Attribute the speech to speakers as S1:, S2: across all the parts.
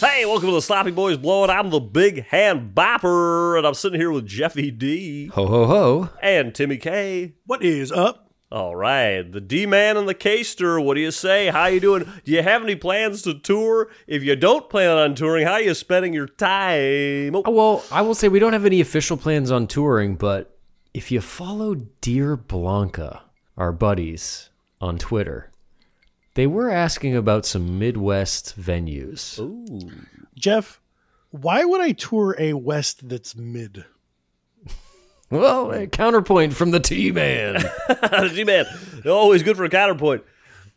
S1: the Sloppy Boys blowing. I'm the Big Hand Bopper, and I'm sitting here with Jeffy D
S2: Ho ho ho.
S1: and Timmy K.
S3: What is up?
S1: All right, the D Man and the Kester. What do you say? How you doing? Do you have any plans to tour? If you don't plan on touring, how you spending your time? Oh,
S2: Well, I will say we don't have any official plans on touring, but if you follow Dear Blanca, our buddies on Twitter, they were asking about some Midwest venues.
S3: Jeff, why would I tour a West that's mid?
S2: Well, a counterpoint from the T Man.
S1: D Man, always good for a counterpoint.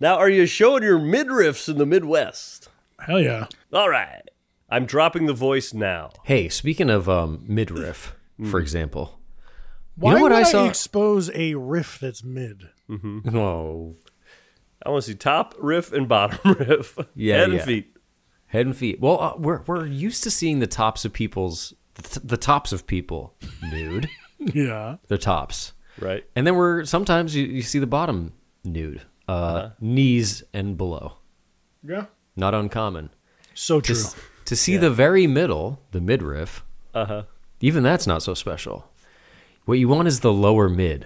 S1: Now, are you showing your midriffs in the Midwest?
S3: Hell yeah.
S1: All right, I'm dropping the voice now.
S2: hey, speaking of um, midriff, for example.
S3: Why
S2: what
S3: would
S2: I
S3: I,
S2: saw?
S3: expose a riff that's mid?
S2: Oh,
S1: I want to see top riff and bottom riff.
S2: Yeah,
S1: head and
S2: yeah.
S1: feet.
S2: head and feet. Well, uh, we're we're used to seeing the tops of people's the, the tops of people nude.
S3: Yeah.
S2: Their tops.
S1: Right.
S2: And then we're sometimes you, you see the bottom nude, uh,
S1: Uh-huh.
S2: knees and below.
S3: Yeah.
S2: Not uncommon.
S3: So true.
S2: S- To see the very middle, the midriff,
S1: Uh huh.
S2: even that's not so special. What you want is the lower mid,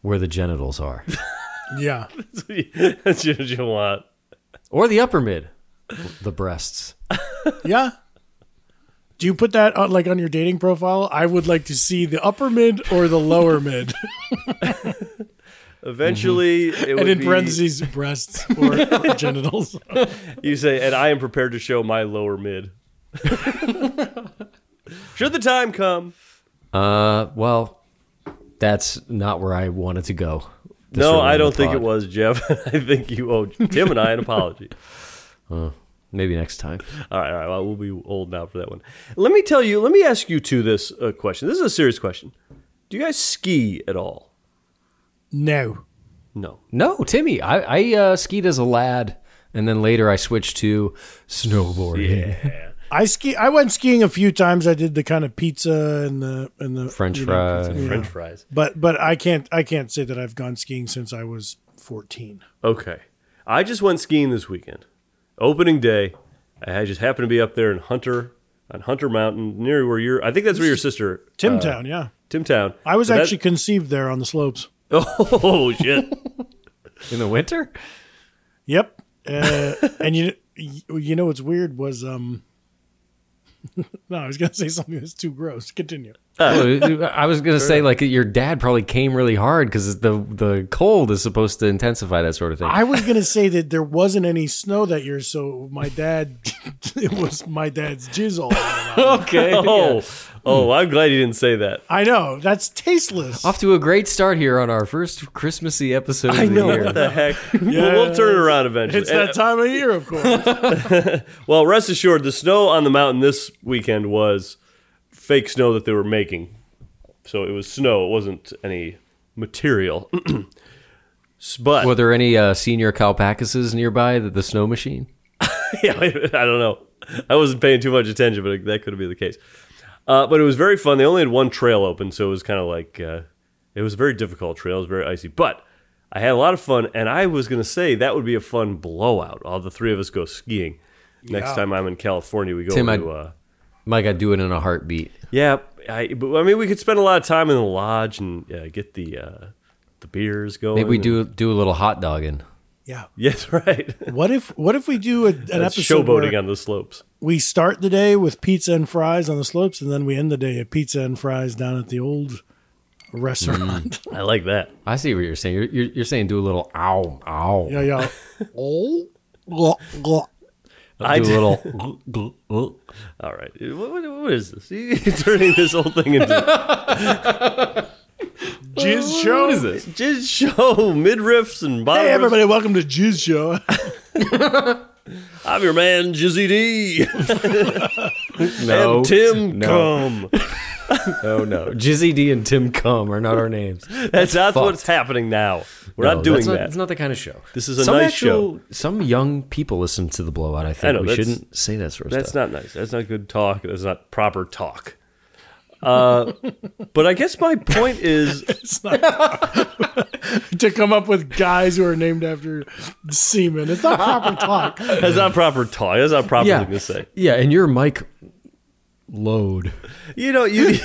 S2: where the genitals are,
S3: Yeah.
S1: That's what you want.
S2: or the upper mid, the breasts.
S3: Yeah. Do you put that on, like on your dating profile? I would like to see the upper mid or the lower mid,
S1: Eventually, it would
S3: Mm-hmm. and in
S1: be,
S3: parentheses, breasts or, or genitals.
S1: you say, and I am prepared to show my lower mid. Should the time come?
S2: Uh, well, that's not where I wanted to go. this
S1: no,
S2: early
S1: I
S2: in
S1: don't
S2: the
S1: think it
S2: pod.
S1: was, Jeff. I think you owe Tim and I an apology.
S2: Maybe next time.
S1: All right, all right. Well, we'll be old now for that one. Let me tell you, let me ask you two this uh, question. This is a serious question. Do you guys ski at all?
S3: No.
S1: No.
S2: No, Timmy, I, I uh, skied as a lad, and then later I switched to snowboarding.
S3: I ski. I went skiing a few times. I did the kind of pizza and the and the
S2: French
S3: you
S2: fries.
S3: pizza- yeah.
S1: French fries.
S3: But but I can't I can't say that I've gone skiing since I was fourteen.
S1: Okay. I just went skiing this weekend. Opening day. I just happened to be up there in Hunter, on Hunter Mountain, near where you're. I think that's where your sister,
S3: Timtown, yeah.
S1: Timtown.
S3: I was
S1: But Uh, that-
S3: actually conceived there on the slopes.
S1: Oh shit!
S2: In the winter?
S3: Yep. Uh, and you you know what's weird was um. no, I was gonna say something that's too gross. Continue.
S1: Uh.
S2: Well, I was gonna say like your dad probably came really hard because the the cold is supposed to intensify that sort of thing.
S3: I was gonna say that there wasn't any snow that year, so my dad, it was my dad's jizz all. over.
S2: okay.
S1: Oh, oh! I'm glad you didn't say that.
S3: I know that's tasteless.
S2: Off to a great start here on our first Christmassy episode of the
S1: What
S2: year.
S1: the heck? we'll, we'll turn it around eventually.
S3: It's that time of year, of course.
S1: Well, rest assured, the snow on the mountain this weekend was fake snow that they were making. So it was snow. It wasn't any material. S- but
S2: Were there any uh, senior Calpacuses nearby that the snow machine?
S1: yeah, I don't know. I wasn't paying too much attention, but that could have been the case. Uh, but it was very fun. They only had one trail open, so it was kind of like uh, it was a very difficult trail. It was very icy, but I had a lot of fun. And I was going to say that would be a fun blowout. All the three of us go skiing next time I'm in California. We go
S2: Tim,
S1: to
S2: I-
S1: uh,
S2: Mike, I'd do it in a heartbeat.
S1: yeah. I, but, I mean, we could spend a lot of time in the lodge and uh, get the uh, the beers going.
S2: Maybe we
S1: and-
S2: do do a little hot dogging.
S3: Yeah.
S1: Yes, right.
S3: What if What if we do a, an
S1: That's
S3: episode where
S1: showboating on the slopes.
S3: we start the day with pizza and fries on the slopes, and then we end the day at pizza and fries down at the old restaurant.
S1: I like that.
S2: I see what you're saying. You're, you're, you're saying do a little ow ow.
S3: yeah, yeah. oh, glop, glop.
S1: I
S2: do
S1: did-
S2: a little. glug, glug.
S1: All right. What, what- what is this? You're turning this whole thing into
S3: Jizz show.
S2: What is this?
S1: jizz show, midriffs, and bottom.
S3: Hey,
S1: riffs.
S3: everybody! Welcome to Jizz Show.
S1: I'm your man, Jizzy D.
S2: No,
S1: and Tim
S2: no.
S1: Cum.
S2: Oh no, Jizzy D and Tim Cum are not our names.
S1: That's, that's
S2: fucked.
S1: what's happening now. We're
S2: No,
S1: not doing
S2: that's
S1: that.
S2: It's not the kind of show.
S1: This is a nice show.
S2: Some young people listen to the blowout. I think
S1: I know,
S2: we
S1: that's-
S2: shouldn't say that sort of
S1: that's
S2: stuff.
S1: not nice. That's not good talk. That's not proper talk. Uh, but I guess my point is
S3: It's not- to come up with guys who are named after seamen. It's not proper talk.
S1: That's not proper talk. That's not proper thing to say.
S2: Yeah, and you're Mike Load.
S1: You know, you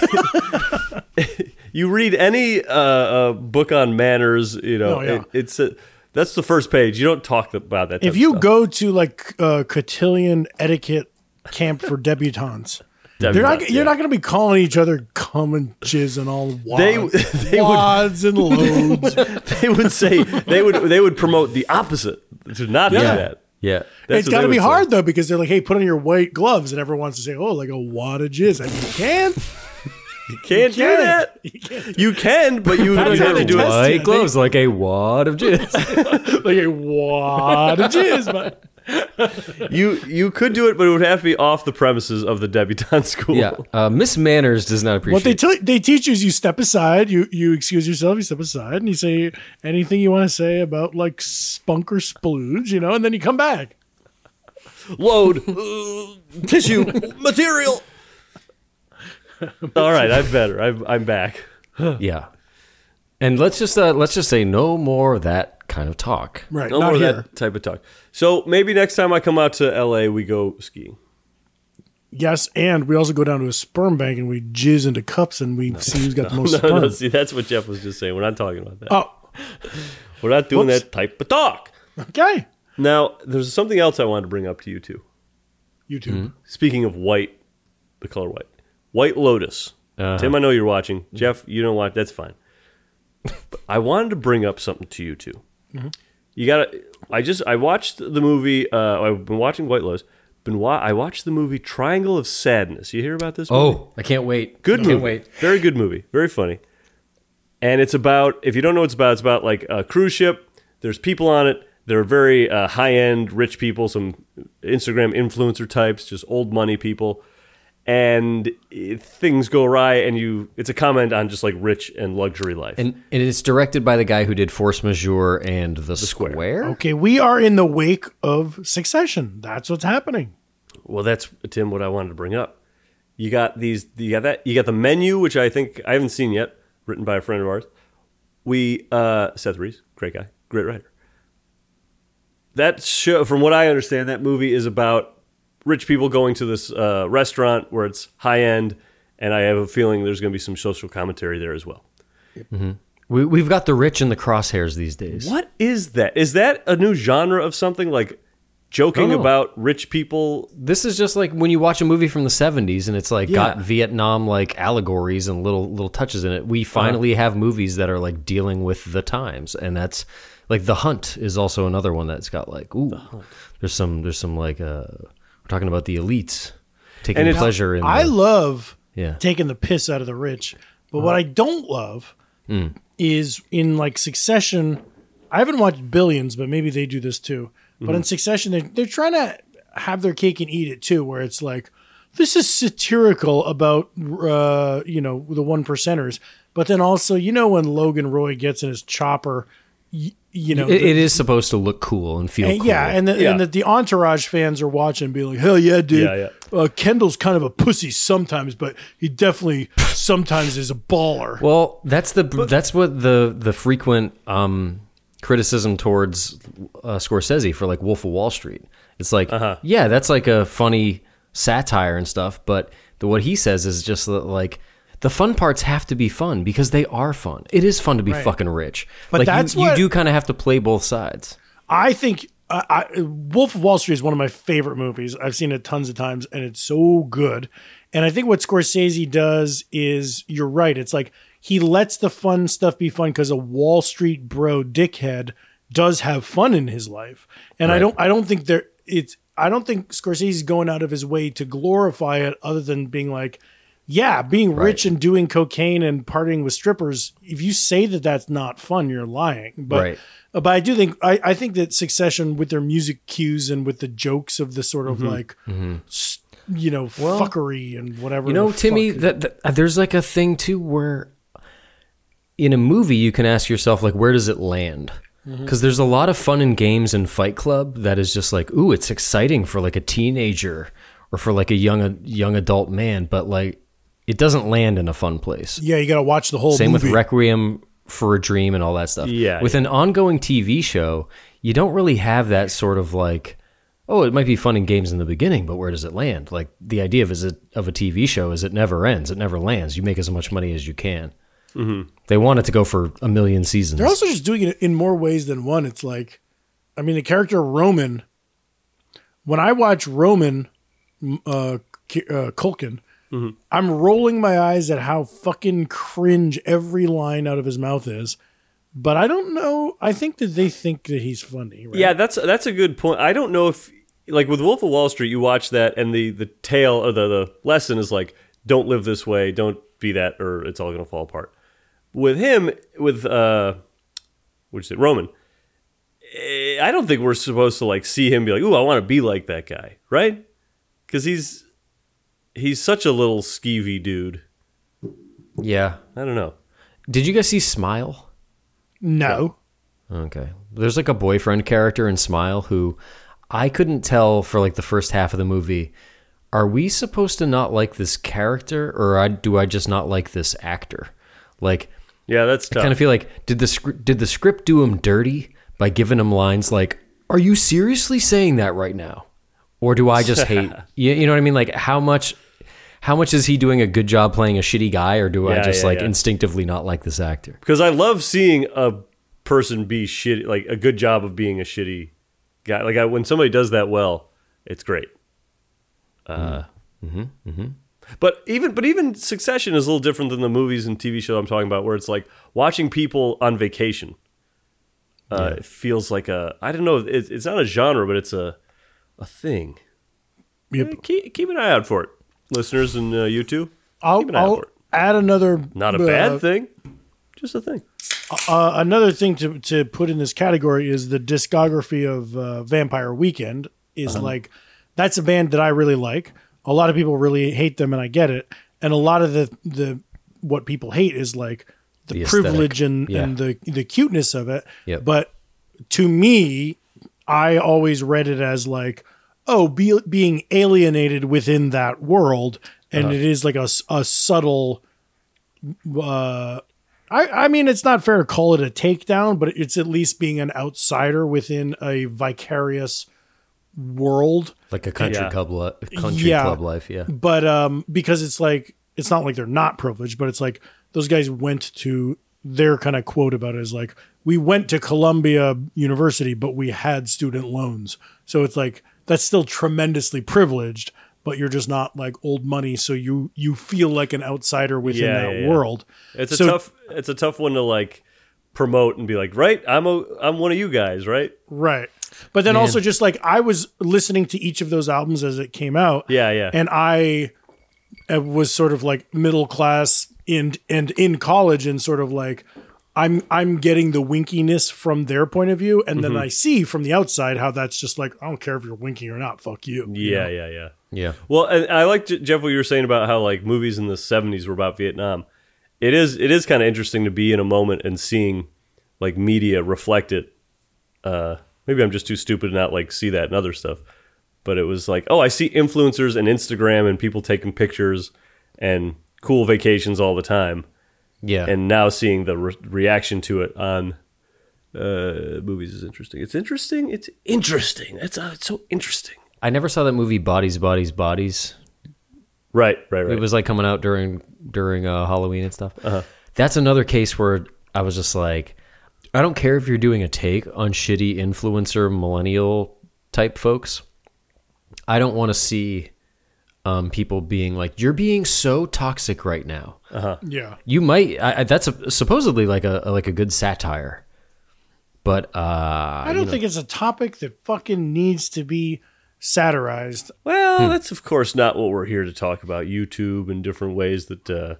S1: you read any uh, uh, book on manners, you know,
S3: Oh, yeah.
S1: it, it's a, that's the first page. You don't talk about that. type
S3: If
S1: of
S3: you
S1: stuff.
S3: go to like uh, cotillion etiquette camp for debutantes, they're not,
S1: Debutantes, yeah.
S3: you're not going to be calling each other cum and jizz and all
S1: They-
S3: wads,
S1: they would-
S3: wads and loads.
S1: they would say they would they would promote the opposite to not do
S2: Yeah.
S1: that.
S2: Yeah.
S1: That's
S3: it's
S1: what
S3: got to
S1: they
S3: be
S1: would
S3: hard
S1: say.
S3: though because they're like, "Hey, put on your white gloves," and everyone wants to say, "Oh, like a wad of jizz." I mean, you can't.
S1: You can't do
S3: can't.
S1: that. You, can, but you would
S3: is how
S1: have
S3: they
S1: to do
S3: test
S1: it.
S3: you.
S2: White gloves like a wad of jizz.
S3: like a wad of jizz. But
S1: You you could do it, but it would have to be off the premises of the debutante school.
S2: yeah. Uh, Miss Manners does not appreciate
S3: what they tell they teach you is you step aside, you you excuse yourself, you step aside, and you say anything you want to say about like spunk or splooge, you know, and then you come back.
S1: Load uh, tissue material. All right, I'm better. I'm I'm back.
S2: Yeah. And let's just uh, let's just say no more of that kind of talk.
S3: Right,
S1: No
S3: not
S1: more of
S3: here.
S1: that type of talk. So maybe next time I come out to L.A., we go skiing.
S3: Yes, and we also go down to a sperm bank and we jizz into cups and we see who's got the most
S1: No,
S3: sperm.
S1: no, see, that's what Jeff was just saying. We're not talking about that.
S3: Oh,
S1: We're not doing
S3: Whoops.
S1: that type of talk.
S3: okay.
S1: Now, there's something else I wanted to bring up to you too.
S3: You too.
S1: Hmm? Speaking of white, the color white, White Lotus.
S2: Uh-huh.
S1: Tim, I know you're watching. Jeff, you don't watch. That's fine. but I wanted to bring up something to you too.
S3: Mm-hmm.
S1: You gotta. I just I watched the movie. Uh, I've been watching White Lotus. Been wa- I watched the movie Triangle of Sadness. You hear about this? movie?
S2: Oh, I can't wait.
S1: Good
S2: I
S1: movie.
S2: Can't wait.
S1: Very good movie. Very funny. And it's about, if you don't know what it's about, it's about like a cruise ship. There's people on it. They're very uh, high end, rich people, some Instagram influencer types, just old money people. And it, things go awry, and you, it's a comment on just like rich and luxury life.
S2: And and it's directed by the guy who did Force Majeure and The, Square.
S3: Okay, we are in the wake of Succession. That's what's happening.
S1: Well, that's Tim. What I wanted to bring up. You got these. You got that. You got the menu, which I think I haven't seen yet, written by a friend of ours. We uh, Seth Reese, great guy, great writer. That show, from what I understand, that movie is about rich people going to this uh, restaurant where it's high end, and I have a feeling there's going to be some social commentary there as well.
S2: We we've got the rich in the crosshairs these days.
S1: What is that? Is that a new genre of something like joking
S2: know.
S1: about rich people?
S2: This is just like when you watch a movie from the 70s and it's like got
S1: Yeah.
S2: Vietnam like allegories and little little touches in it. We finally have movies that are like dealing with the times and that's like The Hunt is also another one that's got like ooh there's some there's some like uh we're talking about the elites taking
S1: And it's-
S2: pleasure in
S3: I
S2: the-
S3: love
S2: Yeah. Uh-huh.
S3: taking the piss out of the rich, but what I don't love
S2: Hmm.
S3: is in like Succession. I haven't watched Billions, but maybe they do this too. But
S2: Mm-hmm.
S3: in Succession, they're, they're trying to have their cake and eat it too, where it's like this is satirical about uh, you know the one percenters, but then also you know when Logan Roy gets in his chopper, you, you know
S2: It-
S3: the-
S2: it is supposed to look cool and feel
S3: and-
S2: cool.
S3: Yeah, and, the,
S1: Yeah.
S3: and that the entourage fans are watching, and being like, "Hell yeah, dude!
S1: Yeah,
S3: Uh, Kendall's kind of a pussy sometimes, but he definitely sometimes is a baller."
S2: Well, that's the that's what the the frequent um, criticism towards uh, Scorsese for like Wolf of Wall Street. It's like,
S3: Uh-huh.
S2: yeah, that's like a funny satire and stuff, but the, what he says is just that, like the fun parts have to be fun because they are fun. It is fun to be fucking rich,
S3: But
S2: like,
S3: that's
S2: you,
S3: what-
S2: you do kind of have to play both sides.
S3: I think uh, I, Wolf of Wall Street is one of my favorite movies. I've seen it tons of times, and it's so good. And I think what Scorsese does is, you're right. It's like he lets the fun stuff be fun because a Wall Street bro dickhead does have fun in his life. And I don't, I don't think there, it's, I don't think Scorsese's going out of his way to glorify it, other than being like, yeah, being rich and doing cocaine and partying with strippers. If you say that that's not fun, you're lying. But
S2: Right.
S3: uh, But I do think I, I think that Succession with their music cues and with the jokes of the sort
S2: Mm-hmm.
S3: of like s- you know fuckery and whatever.
S2: You know,
S3: the fuck-
S2: Timmy, that, that there's like a thing too where in a movie you can ask yourself like, where does it land? Because there's a lot of fun and games in Fight Club that is just like, ooh, it's exciting for like a teenager or for like a young a young adult man, but like it doesn't land in a fun place.
S3: yeah, you got to watch the whole
S2: Same
S3: movie.
S2: with Requiem for a Dream and all that stuff.
S1: Yeah,
S2: With an ongoing TV show, you don't really have that sort of like, oh, it might be fun and games in the beginning, but where does it land? Like the idea of is it of a TV show is it never ends. It never lands. You make as much money as you can. They want it to go for a million seasons.
S3: They're also just doing it in more ways than one. It's like, I mean, the character Roman. When I watch Roman, m- uh, K- uh Culkin,
S2: Mm-hmm.
S3: I'm rolling my eyes at how fucking cringe every line out of his mouth is. But I don't know. I think that they think that he's funny. Right?
S1: Yeah, that's that's a good point. I don't know if like with Wolf of Wall Street, you watch that and the the tale or the the lesson is like don't live this way, don't be that, or it's all gonna fall apart. With him, with uh, which is it, Roman? eh, I don't think we're supposed to like see him be like, ooh, I want to be like that guy, right? Because he's he's such a little skeevy dude.
S2: yeah.
S1: I don't know.
S2: Did you guys see Smile?
S3: No.
S2: Okay. There's like a boyfriend character in Smile who I couldn't tell for like the first half of the movie. Are we supposed to not like this character or I, do I just not like this actor? Like,
S1: Yeah, that's tough.
S2: kind of feel like did the script did the script do him dirty by giving him lines like "Are you seriously saying that right now?" Or do I just hate you, you know what I mean? Like how much how much is he doing a good job playing a shitty guy, or do I
S1: Yeah,
S2: just
S1: yeah,
S2: like
S1: yeah.
S2: instinctively not like this actor?
S1: because I love seeing a person be shitty, like a good job of being a shitty guy. Like I, when somebody does that well, it's great. Uh, But even but even Succession is a little different than the movies and TV show I'm talking about, where it's like watching people on vacation. Uh, It feels like a I don't know. It's, it's not a genre, but it's a a thing.
S3: Yep.
S1: Eh, Keep, keep an eye out for it, listeners, and uh, you too.
S3: I'll,
S1: Keep an eye out
S3: I'll
S1: for it.
S3: add another.
S1: Not a
S3: uh,
S1: bad thing, just a thing.
S3: Uh, another thing to, to put in this category is the discography of uh, Vampire Weekend is
S1: Uh-huh.
S3: like that's a band that I really like. A lot of people really hate them, and I get it. And a lot of the the what people hate is like the,
S2: The aesthetic.
S3: privilege and,
S2: Yeah.
S3: and the the cuteness of it.
S2: Yep.
S3: But to me, I always read it as like, oh, be, being alienated within that world, and it is like a, s- a subtle. Uh, I I mean, it's not fair to call it a takedown, but it's at least being an outsider within a vicarious world.
S2: Like a country
S1: Yeah.
S2: club li- country
S3: Yeah.
S2: club life, yeah.
S3: But um, because it's like it's not like they're not privileged, but it's like those guys went to their kind of quote about it is like we went to Columbia University, but we had student loans, so it's like that's still tremendously privileged, but you're just not like old money, so you you feel like an outsider within
S1: Yeah,
S3: that
S1: yeah, yeah.
S3: world.
S1: It's a
S3: So-
S1: tough. It's a tough one to like promote and be like, right? I'm a. I'm one of you guys, right?
S3: Right. But then also just like I was listening to each of those albums as it came out.
S1: Yeah, yeah.
S3: And I uh, was sort of like middle class and and in college and sort of like I'm I'm getting the winkiness from their point of view and then I see from the outside how that's just like I don't care if you're winking or not, fuck you.
S1: yeah, yeah, yeah.
S2: Yeah.
S1: Well, and I like Je- Jeff what you were saying about how like movies in the '70s were about Vietnam. It is. It is kind of interesting to be in a moment and seeing like media reflect it. Uh, maybe I'm just too stupid to not like see that and other stuff. But it was like, oh, I see influencers and Instagram and people taking pictures and cool vacations all the time.
S2: Yeah.
S1: and now seeing the re- reaction to it on uh, movies is interesting. It's interesting. It's interesting. That's uh, it's so interesting.
S2: I never saw that movie Bodies, Bodies, Bodies.
S1: Right, right, right. Uh-huh.
S2: It was like coming out during during uh, Halloween and stuff. That's another case where I was just like, I don't care if you're doing a take on shitty influencer millennial type folks. I don't want to see um, people being like, you're being so toxic right now.
S3: Yeah.
S2: You might. I, I, that's a, supposedly like a like a good satire, but uh,
S3: I don't think it's a topic that fucking needs to be satirized.
S1: well, that's of course not what we're here to talk about. YouTube and different ways that uh,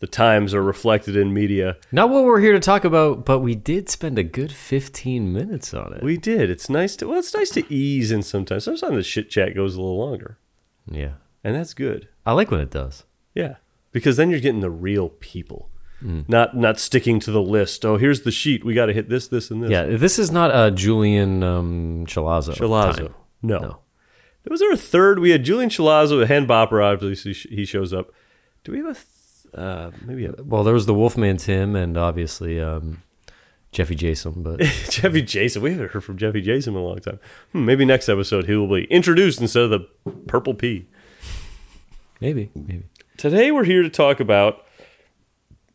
S1: the times are reflected in media.
S2: not what we're here to talk about. But we did spend a good fifteen minutes on it.
S1: We did. It's nice to well, it's nice to ease in sometimes. Sometimes the shit chat goes a little longer,
S2: yeah,
S1: and that's good.
S2: I like when it does.
S1: Yeah, because then you're getting the real people. Not not sticking to the list. Oh, here's the sheet. We got to hit this, this, and this.
S2: Yeah, this is not a Julian um, Chalazzo.
S1: Chilazzo.
S2: time.
S1: No.
S2: No.
S1: Was there a third? We had Julian Chilazzo, a hand bopper, obviously sh- he shows up. Do we have a, th- uh, maybe a,
S2: Well, there was the Wolfman Tim and obviously um, Jeffy Jason, but
S1: Jeffy Jason. We haven't heard from Jeffy Jason in a long time. Hmm, maybe next episode he will be introduced instead of the purple pea.
S2: maybe, maybe.
S1: Today we're here to talk about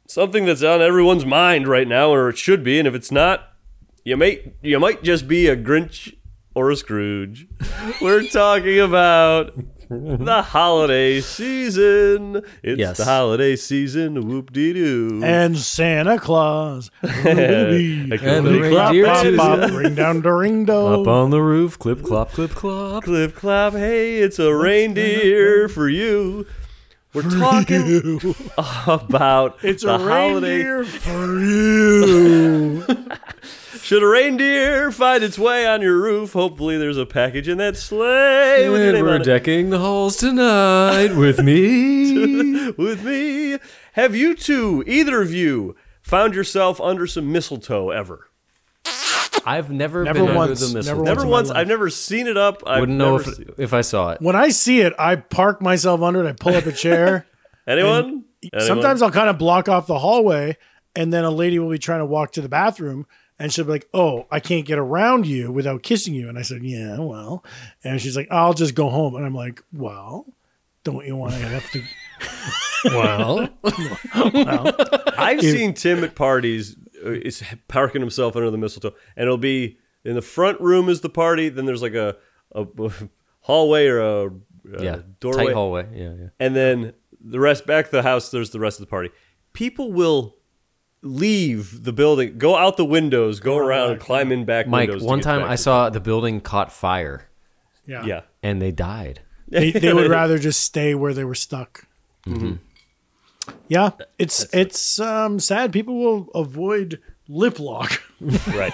S1: something that's on everyone's mind right now, or it should be, and if it's not, you may you might just be a Grinch or a Scrooge. we're talking about the holiday season. It's
S2: Yes.
S1: the holiday season. Whoop de doo.
S3: And Santa Claus. Really?
S2: And the
S3: Clap,
S2: reindeer
S3: pop,
S2: too.
S3: pop, ring down the ring
S2: Up
S3: dong.
S2: on the roof, clip clop, clip clop.
S1: Oh. Clip clap, hey, it's a reindeer for you. We're talking about
S3: It's
S1: the
S3: a
S1: holiday.
S3: reindeer for you.
S1: Should a reindeer find its way on your roof, hopefully there's a package in that sleigh with your
S2: And
S1: name
S2: we're
S1: on it.
S2: decking the halls tonight with me.
S1: with me. Have you two, either of you, found yourself under some mistletoe ever?
S2: I've never,
S3: Never
S2: been
S3: once,
S2: under the
S3: never
S2: mistletoe.
S3: once.
S1: Never
S3: in my
S1: once.
S3: life.
S1: I've never seen it up. I
S2: Wouldn't know if, if I saw it.
S3: when I see it, I park myself under it. I pull up a chair.
S1: anyone. Anyone?
S3: Sometimes I'll kind of block off the hallway, and then a lady will be trying to walk to the bathroom, and she'll be like, "Oh, I can't get around you without kissing you." And I said, "Yeah, well," and she's like, "I'll just go home," and I'm like, "Well, don't you want to have to?"
S2: Well,
S1: I've seen Tim at parties uh, is parking himself under the mistletoe, and it'll be in the front room is the party. Then there's like a, a hallway or a, uh
S2: yeah,
S1: doorway,
S2: tight hallway. Yeah, yeah.
S1: and then the rest back to the house. There's the rest of the party. People will leave the building, go out the windows, go around, and climb in back.
S2: Mike,
S1: windows to
S2: one
S1: get
S2: time
S1: back
S2: I
S1: to-
S2: saw the building caught fire
S3: Yeah,
S1: Yeah,
S2: and they died.
S3: They, they would rather just stay where they were stuck. Yeah, it's it's um, sad. People will avoid lip lock,
S1: right.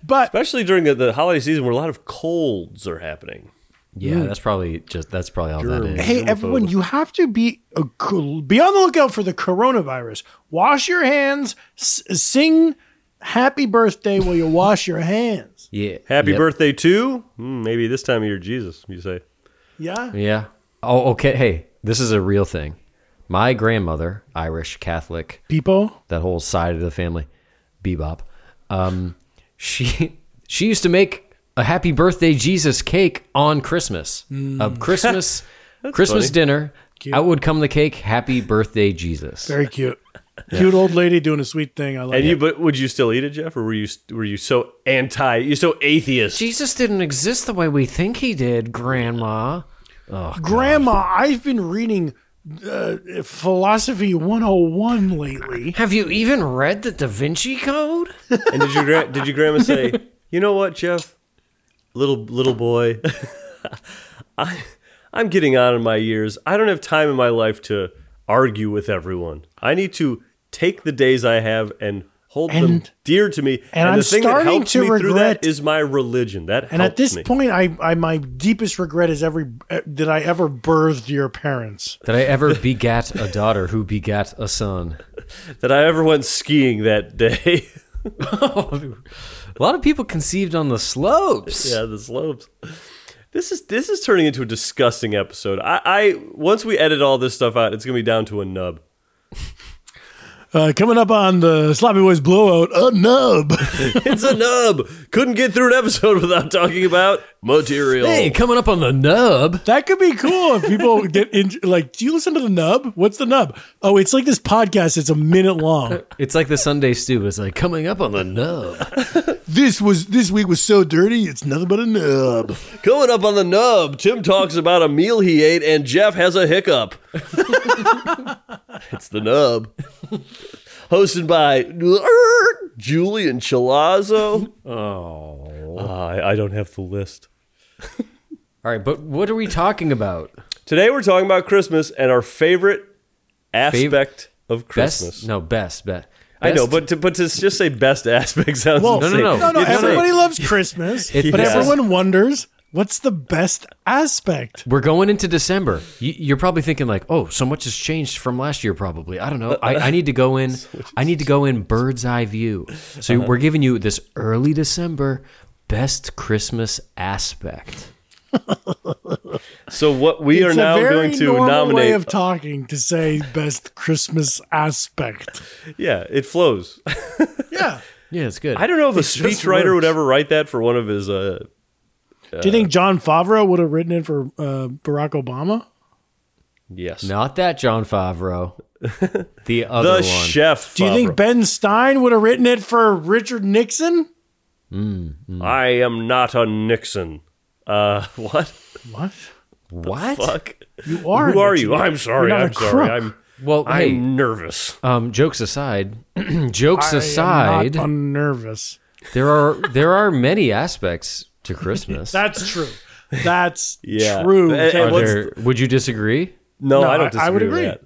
S3: but
S1: Especially during the, the holiday season, where a lot of colds are happening.
S2: Yeah, that's probably just that's probably all that is.
S3: Hey, everyone, you have to be uh, cool- be on the lookout for the coronavirus. Wash your hands. S- sing "Happy Birthday" while you wash your hands.
S2: Yeah.
S1: Happy
S2: Yep.
S1: birthday to hmm, maybe this time of year, Jesus. You say.
S3: Yeah,
S2: Yeah. Oh, okay. Hey, this is a real thing. My grandmother, Irish Catholic,
S3: people.
S2: that whole side of the family, bebop. Um, she she used to make a Happy Birthday Jesus cake on Christmas. A Christmas Christmas
S1: Mm. funny.
S2: dinner. Out would come the cake. Happy Birthday Jesus.
S3: Very cute. Cute old lady doing a sweet thing. I like
S1: And
S3: it.
S1: you, but would you still eat it, Jeff, or were you were you so anti? You're so atheist.
S2: Jesus didn't exist the way we think he did, Grandma.
S3: Grandma, I've been reading uh, Philosophy 101 lately.
S2: Have you even read the Da Vinci Code?
S1: And did your gra- did your grandma say, you know what, Jeff, little little boy, I I'm getting on in my years. I don't have time in my life to argue with everyone. I need to take the days I have and hold them
S3: And-
S1: dear to me.
S3: and I'm
S1: the thing that
S3: starting
S1: helps
S3: to
S1: me through that
S3: regret-
S1: is my religion. That
S3: And
S1: helps
S3: at this
S1: me.
S3: point, I, I my deepest regret is every uh, that I ever birthed your parents.
S2: Did I ever begat a daughter who begat a son?
S1: that I ever went skiing that day.
S2: A lot of people conceived on the slopes.
S1: Yeah, the slopes. This is this is turning into a disgusting episode. I, I once we edit all this stuff out, it's gonna be down to a nub.
S3: Uh, coming up on the Sloppy Boys blowout, a nub.
S1: It's a nub. Couldn't get through an episode without talking about material.
S2: Hey, coming up on the nub.
S3: That could be cool if people get in. Like, do you listen to the Nub? What's the Nub? Oh, it's like this podcast. It's a minute long.
S2: It's like the Sunday stew. It's like coming up on the nub.
S3: this was this week was so dirty. It's nothing but a Nub.
S1: Coming up on the nub, Tim talks about a meal he ate, and Jeff has a hiccup. it's the nub. Hosted by Julian Chilazzo.
S2: Oh. All
S1: I, I don't have the list.
S2: right, but what are we talking about?
S1: Today we're talking about Christmas and our favorite aspect of Christmas.
S2: Best? No, best, best.
S1: I know, but to, but to just say best aspect sounds
S3: Well,
S1: insane.
S2: no,
S3: No, no,
S1: Oh, It's
S3: everybody loves Christmas,
S2: It's
S3: but
S1: Yeah.
S3: everyone wonders what's the best aspect.
S2: we're going into December. You, you're probably thinking like, oh, so much has changed from last year. Probably, I don't know. I, I need to go in. I need to go in bird's eye view. So we're giving you this early December best Christmas aspect.
S1: So what we
S3: it's
S1: are now
S3: a very
S1: going to
S3: normal way
S1: nominate?
S3: of talking to say best Christmas aspect.
S1: yeah, it flows.
S3: Yeah.
S2: Yeah, it's good.
S1: I don't know if a
S3: just
S1: speechwriter would
S3: words.
S1: ever write that for one of his. Uh,
S3: Do you think John Favreau would have written it for uh, Barack Obama?
S1: yes,
S2: Not that John Favreau. The
S1: the
S2: other one.
S1: chef.
S3: Do you think
S1: Favreau.
S3: Ben Stein would have written it for Richard Nixon?
S1: I am not a Nixon? Uh, what?
S3: What?
S2: what?
S1: Fuck.
S3: You are.
S1: Who are
S3: Nixon.
S1: you? I'm sorry.
S3: You're not a
S1: I'm sorry.
S3: crook.
S1: I'm.
S2: Well,
S1: I'm
S2: hey,
S1: nervous.
S2: um, jokes aside, jokes
S3: I am
S2: aside,
S3: not unnervous.
S2: there are there are many aspects to Christmas.
S3: That's true. That's
S1: Yeah.
S3: true.
S1: And- and
S2: Are
S1: what's
S2: there- would you disagree?
S1: No,
S3: No,
S1: I don't.
S3: I-
S1: Disagree
S3: I would
S1: with
S3: agree.
S1: that.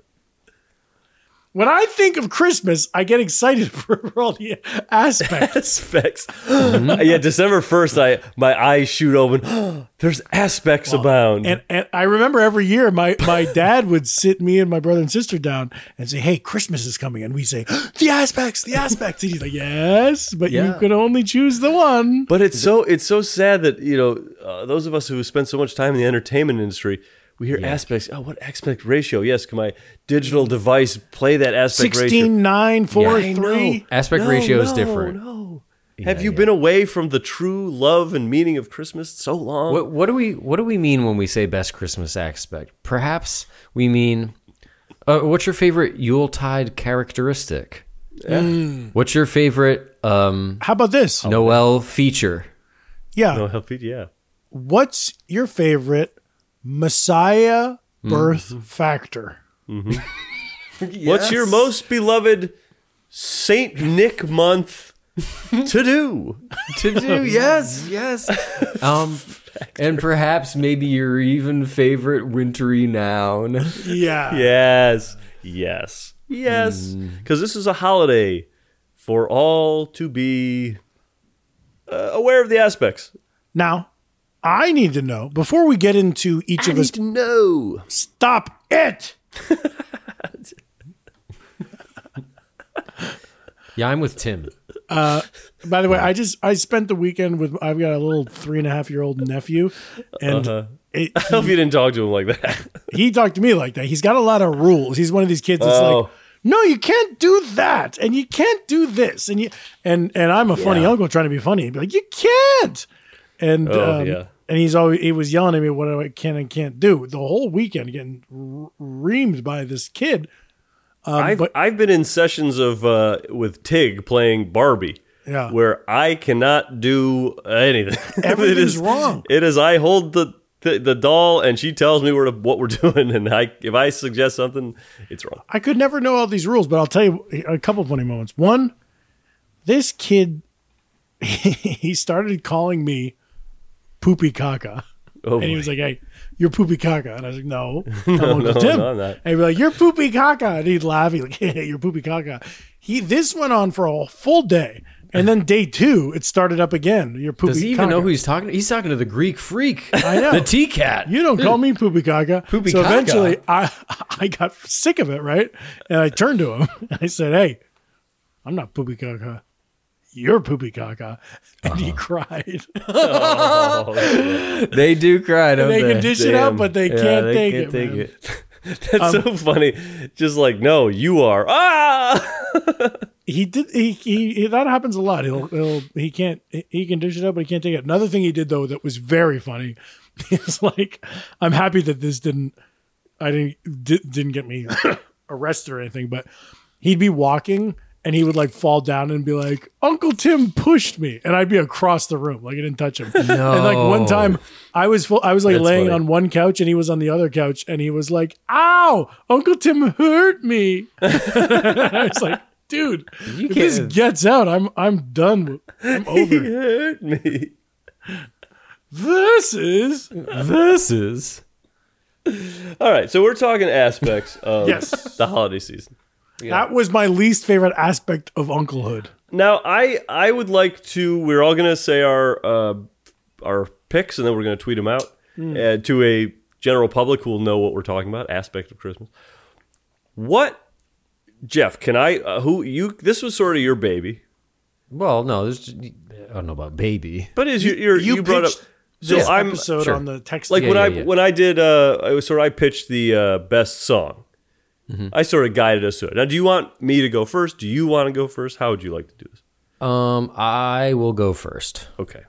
S3: when I think of Christmas, I get excited for all the aspects.
S1: aspects. yeah, December first, I my eyes shoot open. There's aspects abound.
S3: And, and I remember every year my, my dad would sit me and my brother and sister down and say, Hey, Christmas is coming. And we say, The aspects, the aspects. And he's like, Yes, but
S2: Yeah.
S3: you could only choose the one.
S1: but it's so it's so sad that you know uh, those of us who spend so much time in the entertainment industry. We hear aspects. Oh, what aspect ratio? Yes, can my digital device play that aspect ratio?
S3: 16, 9, 4,
S2: Yeah. I
S3: 3.
S2: Aspect
S1: No,
S2: ratio is
S1: no,
S2: different.
S1: No. Have you been away from the true love and meaning of Christmas so long?
S2: What, what do we what do we mean when we say best Christmas aspect? Perhaps we mean uh, what's your favorite Yuletide characteristic? What's your favorite um,
S3: How about this?
S1: Oh.
S2: Noel feature?
S3: Yeah.
S1: No, help it, yeah.
S3: What's your favorite Messiah birth factor?
S1: What's your most beloved Saint Nick month to do?
S2: To do yes, yes. Um, and perhaps maybe your even favorite wintry noun.
S3: Yeah.
S1: Yes, yes, yes.
S3: Hmm.
S1: Because this is a holiday for all to be uh, aware of the aspects.
S3: Now, I need to know before we get into each of us.
S1: know.
S3: Stop it.
S2: Yeah, I'm with Tim.
S3: By the way, I just I spent the weekend with I've got a little three and a half year old nephew, and it,
S1: I hope you didn't talk to him like that.
S3: he talked to me like that. He's got a lot of rules. He's one of these kids that's
S1: Oh.
S3: like, no, you can't do that, and you can't do this, and you and and I'm a funny uncle trying to be funny, He'd be like, you can't, and
S1: Oh,
S3: um,
S1: yeah.
S3: and he's always he was yelling at me what I can and can't do the whole weekend, getting r- reamed by this kid.
S1: I've,
S3: Um, but-
S1: I've been in sessions of uh, with Tig playing Barbie.
S3: Yeah.
S1: Where I cannot do anything. It
S3: Everything's wrong.
S1: It is I hold the, the the doll and she tells me where to, what we're doing, and I if I suggest something, it's wrong.
S3: I could never know all these rules, but I'll tell you a couple funny moments. One, this kid, he started calling me poopy caca.
S1: Oh,
S3: and he
S1: boy.
S3: was like, hey, you're poopy caca. And I was like, no, I'm Uncle
S1: no,
S3: Tim.
S1: no, I'm not.
S3: And he'd be like, you're poopy caca. And he'd laugh. He'd like, hey, you're poopy caca. He, this went on for a full day. And then day two, it started up again. You're poopy
S2: Does he even know
S3: caca."
S2: who he's talking to? He's talking to the Greek freak.
S3: I know.
S2: The tea cat.
S3: You don't call me poopy caca.
S2: Poopy
S3: so
S2: caca.
S3: eventually I I got sick of it, right? And I turned to him and I said, Hey, I'm not poopy caca. You're poopy caca. And
S2: Uh-huh.
S3: he cried.
S2: They do cry, don't
S3: they
S2: they?
S3: can dish it out, but they
S2: Yeah,
S3: can't
S2: they
S3: take
S2: can't
S3: it.
S2: take
S3: man.
S2: it.
S1: That's so funny. Just like, no, you are. Ah!
S3: He did he, he, he that happens a lot. He'll, he'll he can't he can dish it up, but he can't take it. Another thing he did though that was very funny is like I'm happy that this didn't I didn't di- didn't get me arrested or anything, but he'd be walking and he would like fall down and be like, "Uncle Tim pushed me," and I'd be across the room, like I didn't touch him. And like one time, I was full, I was like
S2: That's
S3: laying
S2: funny.
S3: on one couch and he was on the other couch, and he was like, "Ow, Uncle Tim hurt me." I was like, "Dude, if this
S2: can't-
S3: gets out, I'm I'm done. I'm
S1: He
S3: over. it.
S1: hurt me.
S3: this is
S2: This is
S1: All right, so we're talking aspects of
S3: Yes.
S1: the holiday season.
S3: that was my least favorite aspect of unclehood."
S1: Now, I I would like to. We're all gonna say our uh, our picks, and then we're gonna tweet them out
S3: Hmm.
S1: uh, to a general public who will know what we're talking about. Aspect of Christmas. What, Jeff? Can I? Uh, who you? This was sort of your baby,
S2: well, no, there's I don't know about baby.
S1: but is you you,
S3: you
S1: you brought
S3: pitched-
S1: up So
S3: this
S1: I'm-
S3: episode
S2: sure.
S3: on the text.
S1: like
S2: Yeah,
S1: when
S2: yeah,
S1: I
S2: yeah.
S1: when I did uh I was sort of I pitched the uh best song. I sort of guided us to it. Now, do you want me to go first? Do you want to go first? How would you like to do this?
S2: Um, I will go first.
S1: Okay,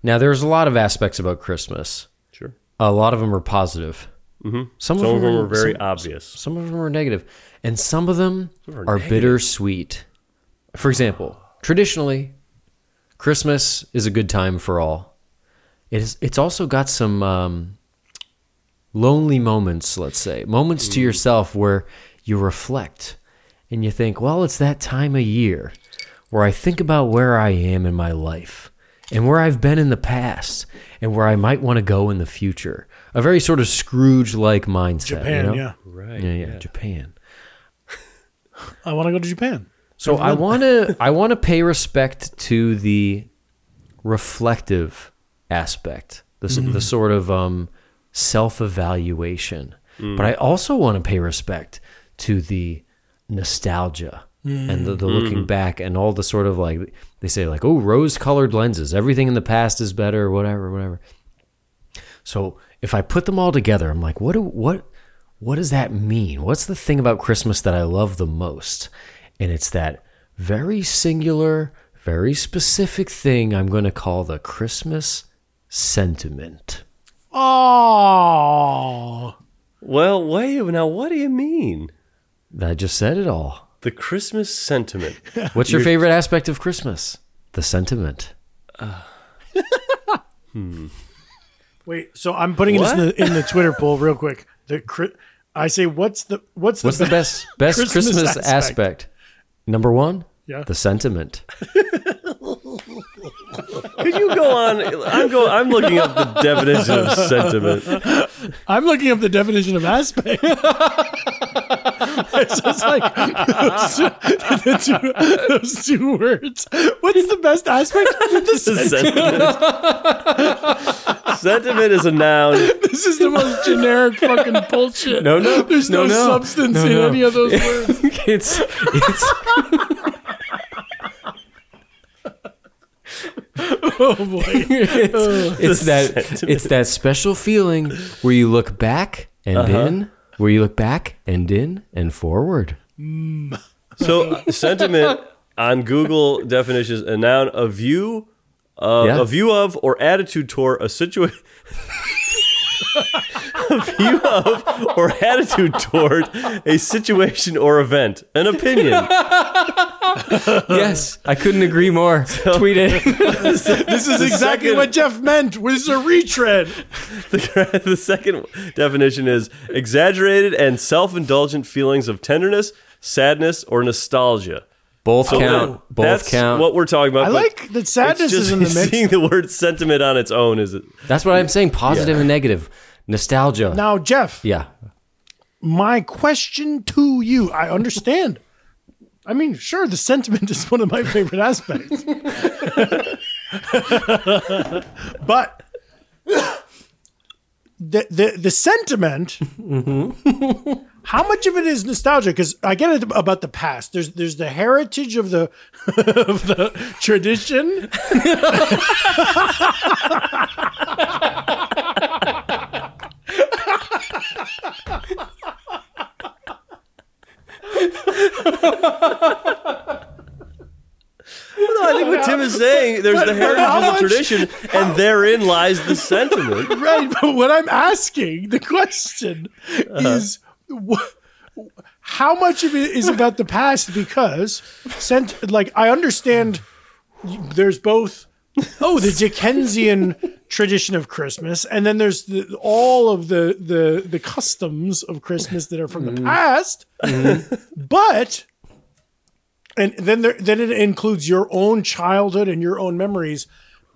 S2: Now, there's a lot of aspects about Christmas.
S1: sure.
S2: A lot of them are positive. Mm-hmm. Some,
S1: Some of them are very
S2: some-
S1: obvious.
S2: Some of them are negative, and some of them
S1: are
S2: are, bittersweet. For example, traditionally, Christmas is a good time for all. It is. It's also got some um, lonely moments. Let's say moments to yourself where you reflect and you think, "Well, it's that time of year where I think about where I am in my life." And where I've been in the past, and where I might want to go in the future. A very sort of Scrooge like mindset. you
S3: Japan,
S2: know?
S3: yeah.
S1: Right.
S2: yeah, yeah, Japan.
S3: I want to go to Japan.
S2: So I want to I want to pay respect to the reflective aspect, the s the sort of um, self evaluation. But I also want to pay respect to the nostalgia and the, the looking back and all the sort of like they say like oh rose colored lenses everything in the past is better whatever whatever. So if I put them all together, I'm like, what do what what does that mean? What's the thing about Christmas that I love the most? And it's that very singular, very specific thing I'm going to call the Christmas sentiment.
S3: Oh,
S1: Well, wait. Now, what do you mean?
S2: That just said it all.
S1: The Christmas sentiment.
S2: What's your favorite aspect of Christmas? The sentiment.
S3: wait. So I'm putting this in
S1: What?
S3: the, in the Twitter poll real quick. The Chri- I say, what's the what's the,
S2: What's the best best
S3: Christmas
S2: Christmas,
S3: aspect.
S2: aspect? Number 1?
S3: Yeah.
S2: The sentiment.
S1: Could you go on? I'm go. I'm looking up the definition of sentiment.
S3: I'm looking up the definition of aspect. it's just like those, the two, those two words. What's the best aspect? This is,
S1: sentiment. sentiment is a noun.
S3: this is the most generic fucking bullshit.
S2: No, no.
S3: There's no,
S2: No, no.
S3: substance
S2: No,
S3: in
S2: no.
S3: any of those words.
S2: it's it's
S3: Oh boy. Oh.
S2: it's that it's that special feeling where you look back and
S3: Uh-huh.
S2: in, where you look back and in and forward.
S1: So uh, sentiment on Google definitions a noun a view uh,
S2: Yeah.
S1: a view of or attitude toward a situation a view of or attitude toward a situation or event an opinion
S2: yes, I couldn't agree more. Tweet it.
S3: This is exactly
S1: second-
S3: what Jeff meant. Was a retread.
S1: the, the second definition is exaggerated and self-indulgent feelings of tenderness sadness or nostalgia
S2: Both count.
S1: Now,
S2: Both
S1: that's
S2: count.
S1: what we're talking about but
S3: I like that
S1: it's
S3: sadness
S1: just
S3: is in the mix.
S1: seeing the word sentiment on its own is it
S2: That's what I'm saying. Positive and negative. Nostalgia.
S3: Now, Jeff,
S2: Yeah.
S3: my question to you I understand. I mean, sure, the sentiment is one of my favorite aspects. but the, the, the sentiment, how much of it is nostalgia? Because I get it about the past. There's, there's the heritage of the, of the tradition.
S1: No, I think what Tim is saying, there's the heritage
S3: how
S1: of the
S3: much-
S1: tradition, and therein lies the sentiment.
S3: Right, but what I'm asking, the question is wha- how much of it is about the past because sent like I understand you- there's both oh the Dickensian tradition of Christmas and then there's the, all of the the the customs of Christmas that are from the past but and then there then it includes your own childhood and your own memories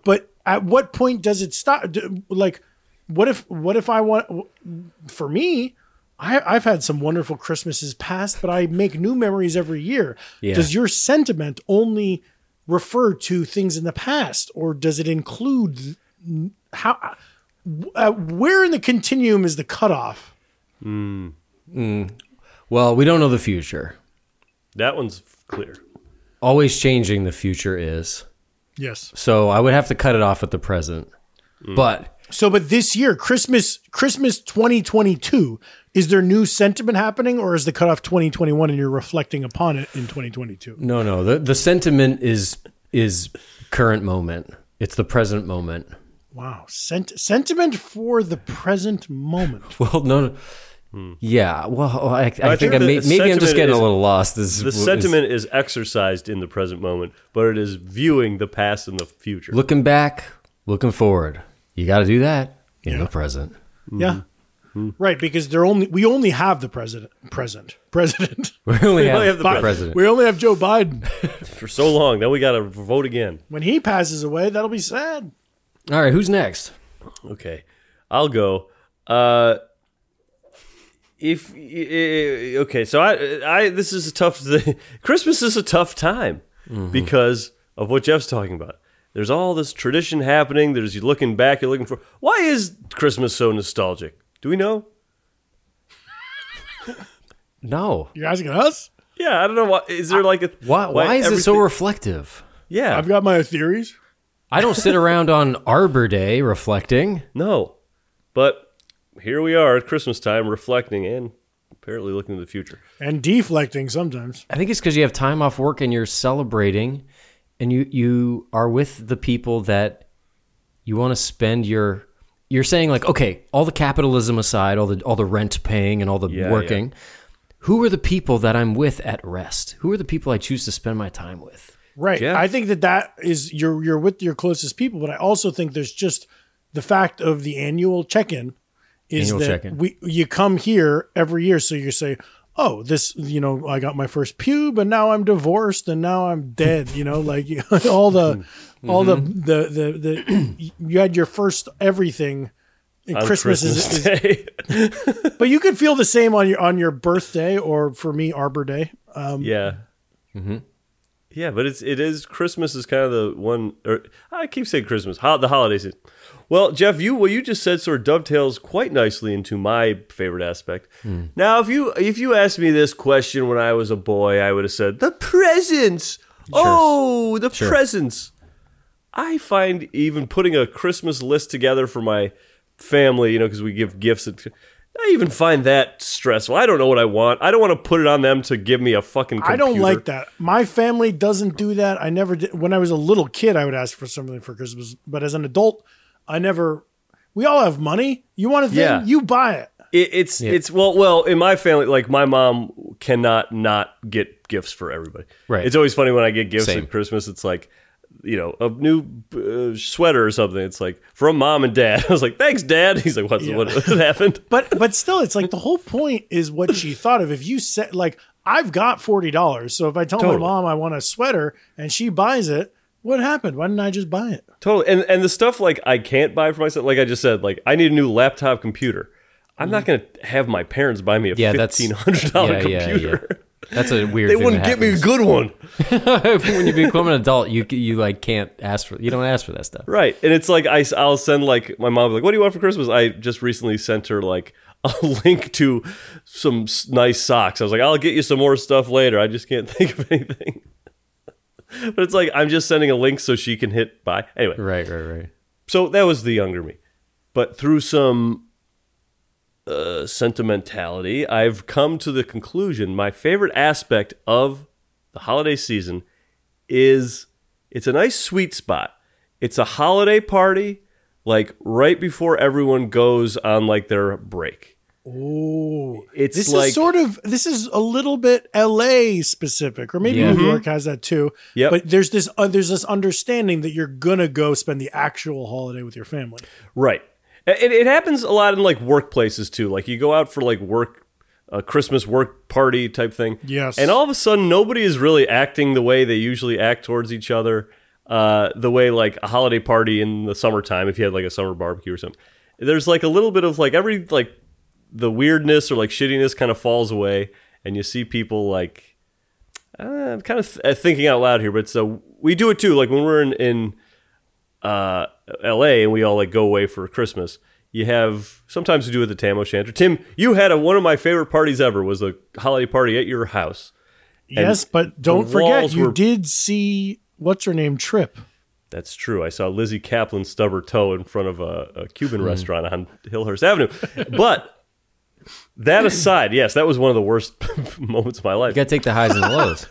S3: but at what point does it stop D- like what if what if i want for me I, i've had some wonderful christmases past but i make new memories every year
S2: Yeah.
S3: does your sentiment only refer to things in the past or does it include n- how uh, where in the continuum is the cutoff
S2: Well, we don't know the future.
S1: That one's clear.
S2: Always changing the future is.
S3: yes
S2: So I would have to cut it off at the present.
S3: Mm.
S2: But
S3: So, but this year, Christmas, Christmas 2022, is there new sentiment happening, or is the cutoff 2021, and you're reflecting upon it in 2022?
S2: no, no, the the sentiment is is current moment. It's the present moment.
S3: Wow, Sent- sentiment for the present moment.
S2: Well, no, no. yeah. Well, oh, I, I,
S1: Hmm. think
S2: think I
S1: the
S2: may, maybe I'm
S1: sentiment
S2: just getting
S1: is-
S2: a little lost. This
S1: The sentiment is exercised in the present moment, but it is viewing the past and the future.
S2: looking back, looking forward. You got to do that in the present.
S3: Yeah,
S2: Mm-hmm.
S3: right, because they're only we only have the president, president, president.
S2: We only have,
S1: have the
S2: the
S1: Biden.
S2: president.
S3: we only have Joe Biden.
S1: For so long, then we got to vote again.
S3: When he passes away, that'll be sad.
S2: All right, who's next?
S1: Okay, I'll go. Uh, if eh, okay, so I, I this is a tough. Thing. Christmas is a tough time because of what Jeff's talking about. There's all this tradition happening. There's you looking back, you're looking for. Why is Christmas so nostalgic? Do we know?
S2: No.
S3: You're asking us?
S1: Yeah, I don't know. Why is there like a
S2: Why, why, is it so
S1: everything-
S2: reflective?
S1: Yeah,
S3: I've got my theories.
S2: I don't sit around on Arbor Day reflecting.
S1: no, but here we are at Christmas time, reflecting and apparently looking to the future.
S3: and deflecting sometimes.
S2: I think it's because you have time off work and you're celebrating and you, you are with the people that you want to spend your you're saying like, okay, all the capitalism aside, all the all the rent paying and all the
S1: Yeah,
S2: working, who are the people that I'm with at rest? Who are the people I choose to spend my time with?
S3: Right.
S1: Yeah.
S3: I think that that is you're you're with your closest people, but I also think there's just the fact of the annual check-in is
S2: Annual
S3: that
S2: check-in.
S3: we you come here every year, so you say, "Oh, this you know I got my first pube, and now I'm divorced, and now I'm dead." You know, like you- all the all the the the, the you had your first everything. And
S1: On
S3: Christmas, is, is
S1: Day.
S3: but you could feel the same on your on your birthday or for me Arbor Day.
S1: Yeah. Mm-hmm. Yeah, but it's it is Christmas is kind of the one. Or I keep saying Christmas, ho- the holiday season. Well, Jeff, you what you just said sort of dovetails quite nicely into my favorite aspect.
S3: Hmm.
S1: Now, if you if you asked me this question when I was a boy, I would have said the presents. Oh, the presents. I find even putting a Christmas list together for my family, you know, because we give gifts. And, I even find that stressful. I don't know what I want. I don't want to put it on them to give me a fucking. Computer.
S3: I don't like that. My family doesn't do that. I never did. When I was a little kid, I would ask for something for Christmas, but as an adult, I never. We all have money. You want a thing,
S1: Yeah.
S3: you buy it.
S1: It, it's it's well well in my family like my mom cannot not get gifts for everybody.
S2: Right.
S1: It's always funny when I get gifts
S2: Same.
S1: at Christmas. It's like you know a new uh, sweater or something. It's like from mom and dad. I was like thanks dad. He's like what's what, what happened?
S3: But but still, it's like the whole point is what she thought of. If you said like I've got forty dollars, so if I tell
S1: Totally.
S3: my mom I want a sweater and she buys it, what happened? Why didn't I just buy it?
S1: Totally. And and the stuff like I can't buy for myself. Like I just said, like I need a new laptop computer. I'm not gonna have my parents buy me a
S2: Mm. Yeah, that's
S1: fifteen hundred dollar
S2: yeah, yeah,
S1: Oh, computer.
S2: yeah. That's a weird.
S1: They
S2: thing
S1: wouldn't
S2: that
S1: get me a
S2: happens.
S1: good one.
S2: when you become an adult, you you like can't ask for you don't ask for that stuff.
S1: Right. And it's like I, will send like my mom like, "What do you want for Christmas?" I just recently sent her like a link to some s- nice socks. I was like, "I'll get you some more stuff later. I just can't think of anything." but it's like I'm just sending a link so she can hit buy. Anyway,
S2: Right, right, right.
S1: so that was the younger me. But through some uh, sentimentality, I've come to the conclusion my favorite aspect of the holiday season is it's a nice sweet spot. It's a holiday party, like right before everyone goes on like their break.
S3: Oh,
S1: It's
S3: this
S1: like-
S3: is sort of this is a little bit L.A. specific, or maybe
S2: Yeah.
S3: New York has that too.
S1: Mm-hmm. Yep.
S3: But there's this uh, there's this understanding that you're gonna go spend the actual holiday with your family.
S1: Right. A- It, it happens a lot in like workplaces too. Like you go out for like work, a Christmas work party type thing.
S3: Yes.
S1: And all of a sudden, nobody is really acting the way they usually act towards each other. Uh, the way like a holiday party in the summertime, if you had like a summer barbecue or something, there's like a little bit of like every like the weirdness or like shittiness kind of falls away, and you see people like uh, I'm kind of th- uh, thinking out loud here, but so we do it too. Like when we're in, in uh, L.A. and we all like go away for Christmas, you have sometimes to do with the Tam O'Shanter. Tim, you had a, one of my favorite parties ever was the holiday party at your house.
S3: yes, but don't
S1: the
S3: forget
S1: walls
S3: you
S1: were-
S3: did see what's her name Trip.
S1: That's true. I saw Lizzie Kaplan stub her toe in front of a, a Cuban restaurant on Hillhurst Avenue. But that aside, yes, that was one of the worst moments of my life.
S2: You got to take the highs and the lows.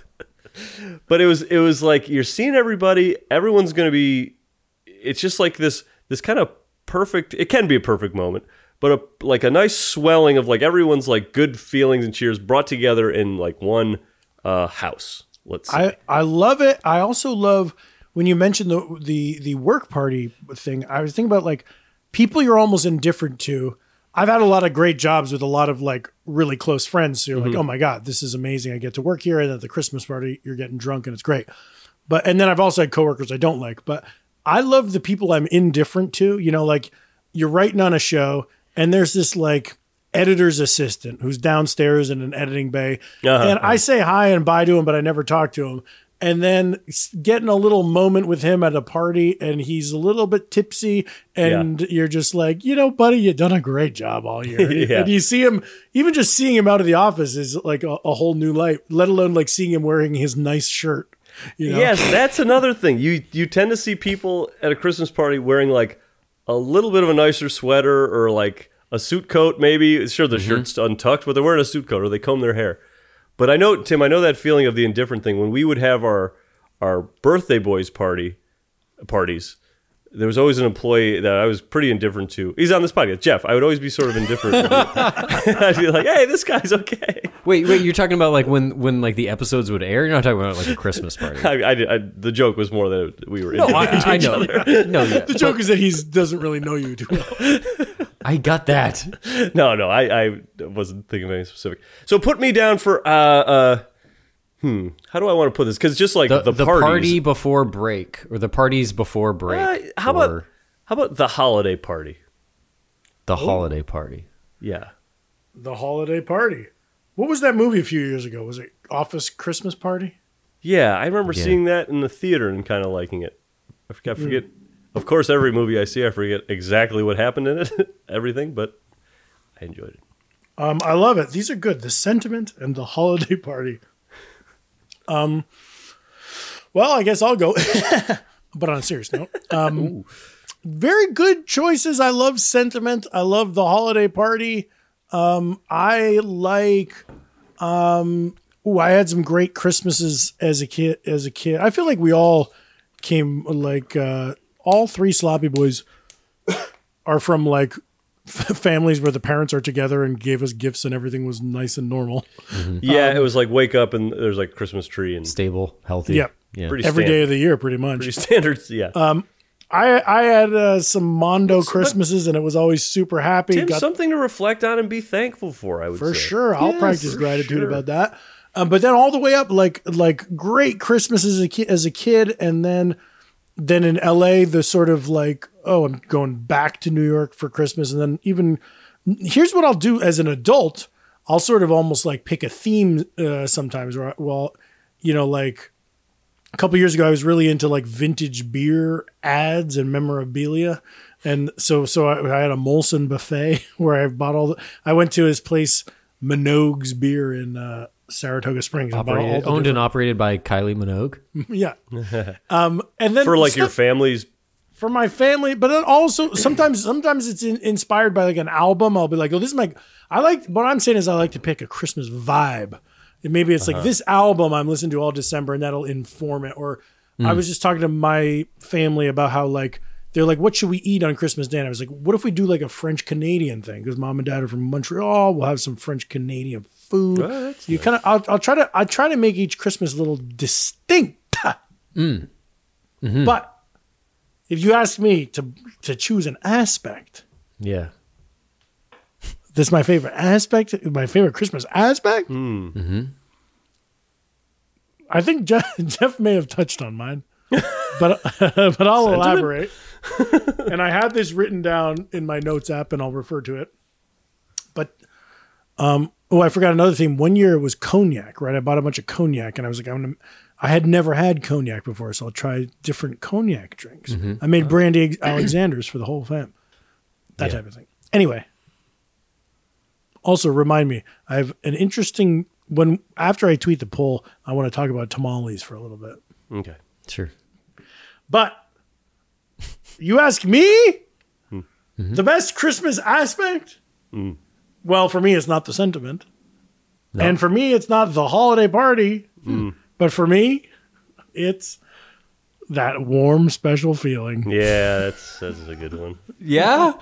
S1: But it was it was like you're seeing everybody. Everyone's going to be. It's just like this this kind of perfect. It can be a perfect moment, but a, like a nice swelling of like everyone's like good feelings and cheers brought together in like one uh, house. Let's say.
S3: I, I love it. I also love when you mentioned the the the work party thing. I was thinking about like people you're almost indifferent to. I've had a lot of great jobs with a lot of like really close friends. So you're like, oh my god, this is amazing. I get to work here, and at the Christmas party, you're getting drunk, and it's great. But and then I've also had coworkers I don't like. But I love the people I'm indifferent to. You know, like you're writing on a show, and there's this like editor's assistant who's downstairs in an editing bay,
S1: Uh-huh.
S3: and I say hi and bye to him, but I never talk to him. And then s- getting a little moment with him at a party, and he's a little bit tipsy, and you're just like, you know, buddy, you've done a great job all year.
S1: Yeah.
S3: And you see him, even just seeing him out of the office is like a, a whole new light. Let alone like seeing him wearing his nice shirt. You know?
S1: Yes, that's another thing. You you tend to see people at a Christmas party wearing like a little bit of a nicer sweater or like a suit coat, maybe. Sure, the shirt's untucked, but they're wearing a suit coat or they comb their hair. But I know, Tim, I know that feeling of the indifferent thing. When we would have our our birthday boys party parties, there was always an employee that I was pretty indifferent to. He's on this podcast, Jeff. I would always be sort of indifferent. to him. I'd be like, "Hey, this guy's okay."
S2: Wait, wait, you're talking about like when when like the episodes would air. You're not talking about like a Christmas party.
S1: I, I, I, the joke was more that we were.
S2: No, I, I know. No, yeah.
S3: The joke is that he doesn't really know you too well.
S2: I got that.
S1: No, no, I, I wasn't thinking of any specific. So put me down for uh uh hmm. How do I want to put this? Because just like the,
S2: The, the
S1: parties,
S2: party before break, or the parties before break.
S1: Uh, how about
S2: or
S1: how about the holiday party?
S2: the holiday party?
S1: Yeah,
S3: The holiday party. What was that movie a few years ago? Was it Office Christmas Party?
S1: yeah. I remember
S2: Yeah.
S1: seeing that in the theater and kind of liking it. I
S3: Hmm.
S1: forget. I forget. Of course, every movie I see, I forget exactly what happened in it, everything, but I enjoyed it.
S3: Um, I love it. These are good. The sentiment and the holiday party. Um, well, I guess I'll go. but on a serious note, um, very good choices. I love sentiment. I love the holiday party. Um, I like. Um, ooh, I had some great Christmases as a kid. As a kid, I feel like we all came like uh, all three sloppy boys are from like families where the parents are together and gave us gifts and everything was nice and normal.
S2: Hmm.
S1: Yeah,
S3: Um,
S1: it was like wake up and there's like Christmas tree and
S2: Stable, healthy.
S3: Yep.
S2: Yeah.
S1: pretty
S3: Every
S1: stand-
S3: day of the year, pretty much.
S1: pretty standards. Yeah,
S2: Uh,
S3: I I had uh, some Mondo Christmases and it was always super happy.
S1: Tim,
S3: Got
S1: something to reflect on and be thankful for. I would
S3: for
S1: say.
S3: sure. I'll
S1: Yeah,
S3: practice
S1: for
S3: gratitude
S1: sure.
S3: about that. Um, but then all the way up, like like great Christmases as a kid, as a kid, and then then in LA, the sort of like oh, I'm going back to New York for Christmas, and then even here's what I'll do as an adult. I'll sort of almost like pick a theme uh, sometimes, or well, you know, like a couple years ago, I was really into like vintage beer ads and memorabilia, and so so I, I had a Molson buffet where I bought all. The, I went to his place, Minogue's Beer in uh, Saratoga Springs. I bought all
S2: Operated,
S3: the
S2: owned and operated by Kylie Minogue.
S3: different- yeah, um, and then
S1: for like
S3: stuff-
S1: your family's
S3: for my family, but then also sometimes sometimes it's in, inspired by like an album. I'll be like, oh, this is my. I like what I'm saying is I like to pick a Christmas vibe. And maybe it's like this album I'm listening to all December, and that'll inform it. Or I was just talking to my family about how like they're like, what should we eat on Christmas Day? And I was like, what if we do like a French Canadian thing? Because mom and dad are from Montreal. We'll have some French Canadian food. you kind of I'll, I'll try to I try to make each Christmas a little distinct. But if you ask me to to choose an aspect,
S2: Yeah.
S3: that's my favorite aspect, my favorite Christmas aspect. I think Jeff, Jeff may have touched on mine, but but I'll elaborate. and I had this written down in my notes app, and I'll refer to it. But um, oh, I forgot another thing. One year it was cognac, right? I bought a bunch of cognac, and I was like, I'm gonna. I had never had cognac before, so I'll try different cognac drinks. I made brandy Alexander's for the whole fam, that type of thing. Anyway, also remind me i have an interesting when after i tweet the poll i want to talk about tamales for a little bit
S1: okay.
S2: Sure.
S3: but You ask me? The best Christmas aspect? Well, for me, it's not the sentiment. And for me, it's not the holiday party. But for me, it's that warm, special feeling.
S1: Yeah, that's that's a good one.
S2: Yeah.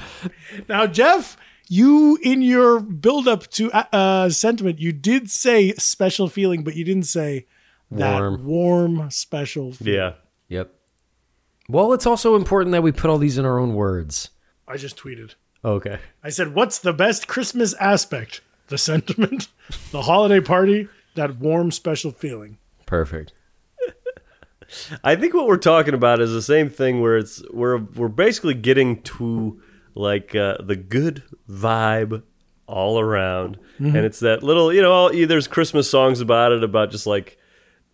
S3: Now, Jeff, you in your build up to uh, uh, sentiment, you did say special feeling, but you didn't say that
S2: Warm.
S3: warm, special feeling.
S1: Yeah.
S2: Yep. Well, it's also important that we put all these in our own words.
S3: I just tweeted.
S2: Okay.
S3: I said, "What's the best Christmas aspect? The sentiment, the holiday party, that warm special feeling."
S2: Perfect.
S1: I think what we're talking about is the same thing where it's we're we're basically getting to like uh, the good vibe all around, and it's that little you know all, there's Christmas songs about it about just like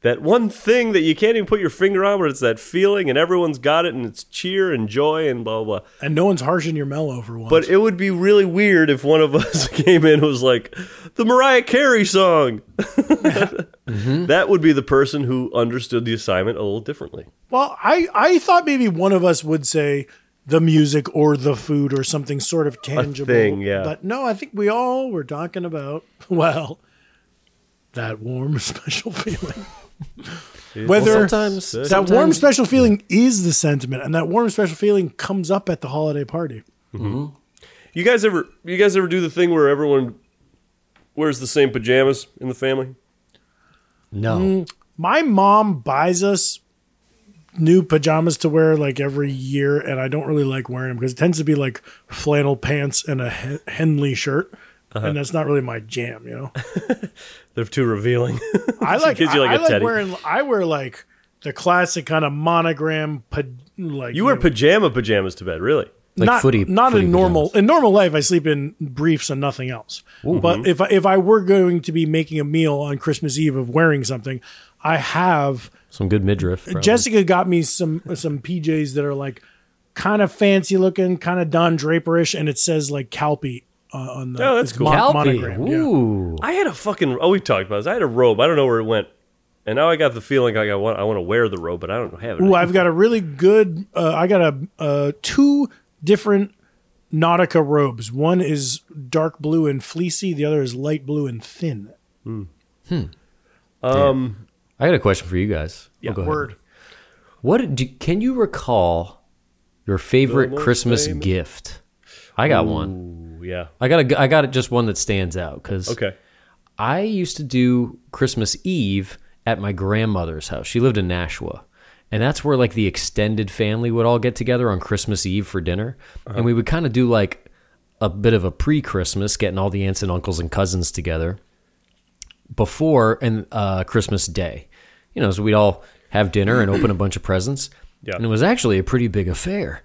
S1: that one thing that you can't even put your finger on, but it's that feeling, and everyone's got it, and it's cheer and joy and blah blah. blah.
S3: And no one's harshing your mellow for once.
S1: But it would be really weird if one of us came in and was like, the Mariah Carey song. That would be the person who understood the assignment a little differently.
S3: well, I I thought maybe one of us would say the music or the food or something sort of tangible.
S1: thing, yeah.
S3: But no, I think we all were talking about well, that warm special feeling. Whether
S2: sometimes-
S3: that
S2: sometimes-
S3: warm special feeling is the sentiment, and that warm special feeling comes up at the holiday party.
S1: You guys ever you guys ever do the thing where everyone wears the same pajamas in the family?
S2: No.
S3: My mom buys us new pajamas to wear like every year, and I don't really like wearing them because it tends to be like flannel pants and a Hen- Henley shirt,
S1: Uh-huh.
S3: and that's not really my jam, you know.
S1: They're too revealing.
S3: I like,
S1: gives you, like,
S3: I, I
S1: a
S3: like
S1: teddy.
S3: wearing I wear like the classic kind of monogram pa- like
S1: you wear
S3: know,
S1: pajama pajamas to bed, really?
S2: Like
S3: not,
S2: footy-
S3: not
S2: footy
S3: in normal in normal life I sleep in briefs and nothing else.
S2: Mm-hmm.
S3: But if I, if I were going to be making a meal on Christmas Eve of wearing something, I have
S2: Some good midriff. probably.
S3: Jessica got me some some PJs that are like kind of fancy looking, kind of Don Draperish, and it says like Calpe uh, on the
S1: Oh, that's
S3: it's
S1: cool.
S2: Calpe.
S3: monogram. Yeah.
S2: Ooh.
S1: I had a fucking oh we talked about this. I had a robe. I don't know where it went. And now I got the feeling like I want I want to wear the robe, but I don't have it.
S3: Ooh, I've got a really good. Uh, I got a uh, two different Nautica robes. One is dark blue and fleecy. The other is light blue and thin.
S1: Um,
S2: I got a question for you guys. Yeah.
S3: Word.
S2: What do, can you recall your favorite
S1: most
S2: Christmas
S1: famous-
S2: gift? I got one.
S1: Ooh, yeah.
S2: I got a, I got just one that stands out because
S1: Okay.
S2: I used to do Christmas Eve at my grandmother's house. She lived in Nashua. And that's where like the extended family would all get together on Christmas Eve for dinner. And we would kind of do like a bit of a pre Christmas, getting all the aunts and uncles and cousins together before and uh, Christmas Day. You know, so we'd all have dinner and open a bunch of presents.
S1: Yeah.
S2: And it was actually a pretty big affair.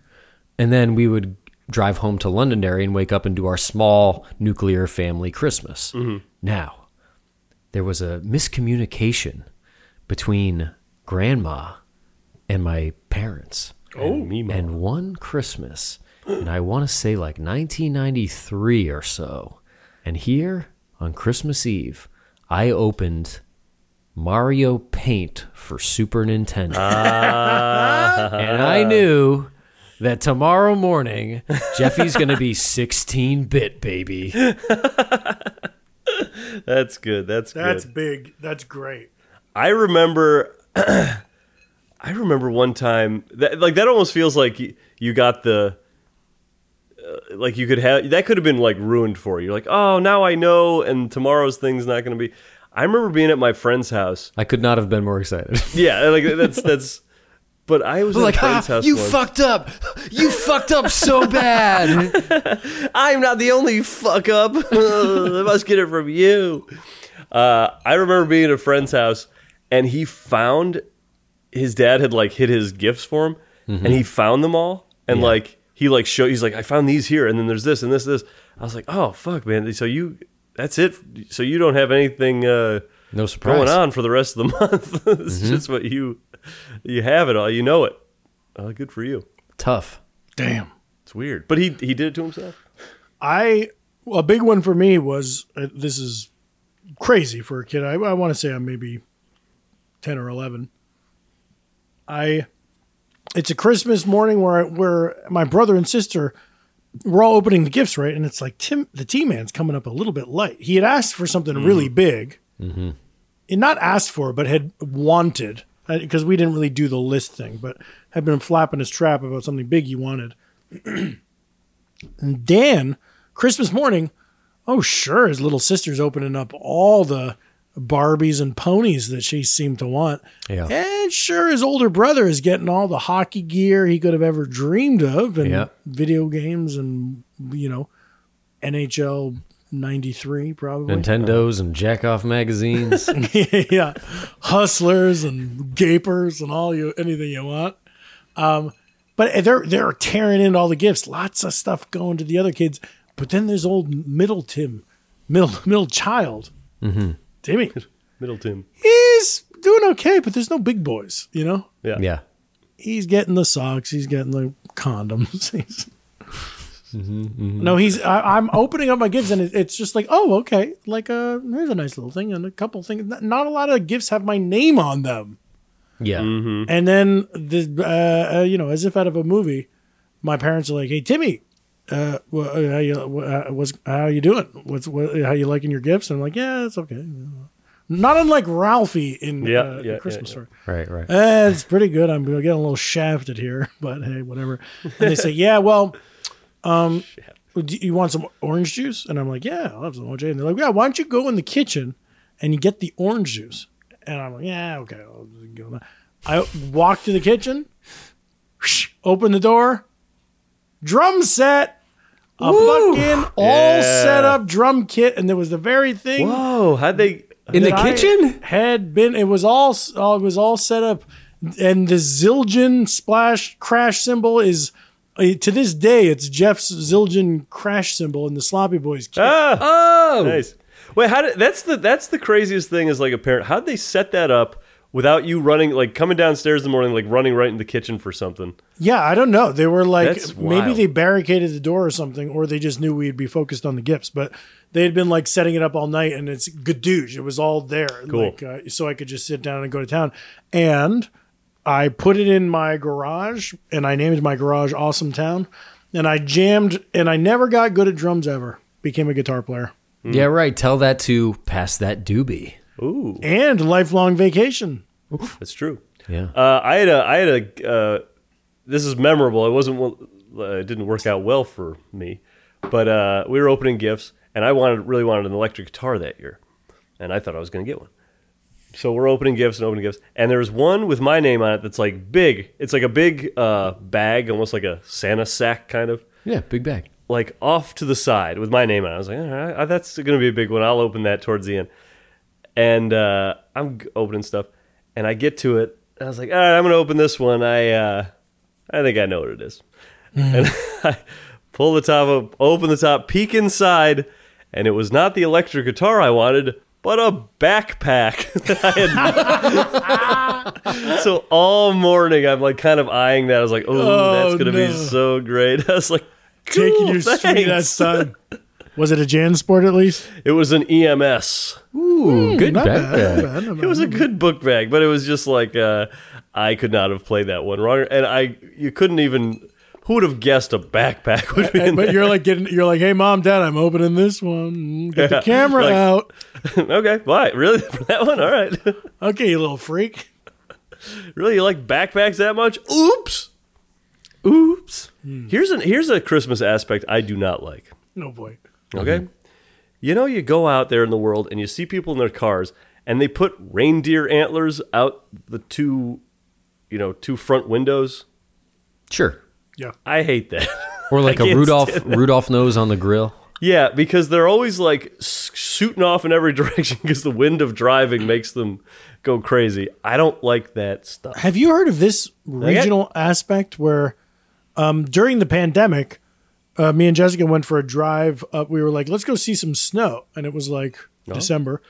S2: And then we would drive home to Londonderry and wake up and do our small nuclear family Christmas. Now, there was a miscommunication between grandma and my parents.
S1: Oh, me, mom.
S2: And one Christmas, and I want to say like 1993 or so. And here on Christmas Eve, I opened Mario Paint for Super Nintendo. and I knew that tomorrow morning, Jeffy's going to be 16 bit, baby.
S1: That's good. That's, good.
S3: That's big. That's great.
S1: I remember, I remember one time that like that almost feels like y- you got the uh, like you could have that could have been like ruined for you. You're like, oh, now I know, and tomorrow's thing's not going to be. I remember being at my friend's house.
S2: I could not have been more excited.
S1: Yeah, like that's that's. But I was at
S2: like,
S1: a friend's
S2: "Ah,
S1: house.
S2: you
S1: once.
S2: fucked up. You fucked up so bad.
S1: I'm not the only fuck up. I must get it from you. Uh, I remember being at a friend's house, and he found his dad had like hid his gifts for him, and he found them all, and like he like showed. He's like, I found these here, and then there's this and this this. I was like, oh fuck, man. So you, that's it. So you don't have anything. Uh,
S2: No surprise.
S1: Going on for the rest of the month. it's just what you you have it all. You know it. Uh, good for you.
S2: Tough.
S3: Damn.
S1: It's weird, but he he did it to himself.
S3: I a big one for me was uh, this is crazy for a kid. I, I want to say I'm maybe ten or eleven. I it's a Christmas morning where I, where my brother and sister we're all opening the gifts, right? And it's like Tim, the T Man's coming up a little bit light. He had asked for something really big, and not asked for, but had wanted because we didn't really do the list thing, but had been flapping his trap about something big he wanted. and Dan, Christmas morning, oh sure, his little sister's opening up all the Barbies and ponies that she seemed to want.
S2: Yeah.
S3: And sure, his older brother is getting all the hockey gear he could have ever dreamed of and
S2: Yeah.
S3: video games and, you know, NHL 93 probably.
S2: Nintendos and Jackoff magazines.
S3: yeah. Hustlers and gapers and all you, anything you want. Um, but they're, they're tearing into all the gifts. Lots of stuff going to the other kids. But then there's old middle Tim, middle, middle child, Timmy.
S1: Middle Tim.
S3: He's doing okay, but there's no big boys, you know?
S1: Yeah.
S2: yeah.
S3: he's getting the socks. He's getting the condoms. He's-
S1: Mm-hmm,
S3: No, he's. I, I'm opening up my gifts, and it, it's just like, oh, okay, like uh, here's a nice little thing, and a couple things. Not, not a lot of gifts have my name on them.
S2: Yeah.
S1: Mm-hmm.
S3: And then the, uh, uh, you know, as if out of a movie, my parents are like, hey, Timmy, uh, wha- uh, how you, wha- uh, what's how you doing? What's what, how you liking your gifts? And I'm like, yeah, it's okay. Not unlike Ralphie in
S1: Yeah,
S3: uh,
S1: yeah, yeah,
S3: Christmas
S1: yeah.
S3: Story.
S2: Right, right.
S3: Eh, it's pretty good. I'm getting a little shafted here, but hey, whatever. And they say, yeah, well, um, do you want some orange juice? And I'm like, yeah, I'll have some OJ. And they're like, yeah, why don't you go in the kitchen and you get the orange juice? And I'm like, yeah, okay. I'll just go in there." I walk to the kitchen, open the door, drum set. A fucking all
S1: Yeah.
S3: set up drum kit, and there was the very thing
S1: Whoa, Oh, how'd they
S2: In the
S3: that I
S2: kitchen?
S3: had been it was all s- uh, it was all set up and the zildjian splash crash symbol is uh, to this day it's jeff's zildjian crash symbol in the sloppy boys kit.
S1: Ah,
S2: Oh.
S1: nice. Wait, how did that's the that's the craziest thing as like a parent. How'd they set that up without you running like coming downstairs in the morning, like running right in the kitchen for something?
S3: yeah i don't know they were like
S1: That's
S3: maybe
S1: wild.
S3: they barricaded the door or something or they just knew we'd be focused on the gifts but they had been like setting it up all night and it's gadoosh it was all there
S1: Cool.
S3: like, uh, so i could just sit down and go to town and I put it in my garage and I named my garage Awesome Town. And I jammed and I never got good at drums ever. Became a guitar player.
S2: Yeah, right. Tell that to pass that doobie.
S1: Ooh,
S3: And lifelong vacation.
S1: that's true.
S2: Yeah.
S1: Uh, I had a, I had a. Uh, this is memorable. It wasn't. well- Uh, it didn't work out well for me, but uh, we were opening gifts, and I wanted really wanted an electric guitar that year, and I thought I was going to get one. So we're opening gifts and opening gifts, and there's one with my name on it that's like big. It's like a big uh, bag, almost like a Santa sack kind of
S2: Yeah, big bag.
S1: like off to the side with my name on it. I was like, all right, that's going to be a big one. I'll open that towards the end. And uh, I'm g- opening stuff, and I get to it. And I was like, all right, I'm going to open this one. I uh, I think I know what it is.
S3: Hmm.
S1: And I pull the top up, open the top, peek inside, and it was not the electric guitar I wanted, but a backpack that I had. so all morning, I'm like kind of eyeing that. I was like, oh, that's going to
S3: no.
S1: be so great. I was like,
S3: Taking
S1: Cool,
S3: your sweet ass
S1: thanks.
S3: time. Was it a JanSport at least?
S1: It was an E EMS.
S2: Ooh, good
S3: Not
S2: bag.
S3: bad, not bad, not
S1: It was
S3: bad.
S1: a good book bag, but it was just like uh, I could not have played that one wrong, and I you couldn't even. Who would have guessed a backpack would be in
S3: but
S1: there?
S3: you're like getting you're like, hey mom, dad, I'm opening this one. Get the
S1: Yeah,
S3: camera
S1: like-
S3: out.
S1: okay, why really for that one? All right,
S3: Okay, you little freak.
S1: really you like backpacks that much? Oops, oops. Here's an here's a Christmas aspect I do not like.
S3: No boy.
S1: Okay. You know, you go out there in the world and you see people in their cars and they put reindeer antlers out the two, you know, two front windows.
S2: Sure.
S3: Yeah.
S1: I hate that.
S2: Or like
S1: I
S2: a
S1: can't
S2: Rudolph
S1: stand
S2: Rudolph nose on the grill.
S1: Yeah, because they're always like s- shooting off in every direction because the wind of driving makes them go crazy. I don't like that stuff.
S3: Have you heard of this regional aspect where um, during the pandemic, uh, me and Jessica went for a drive up? We were like, let's go see some snow. And it was like
S2: Oh.
S3: December.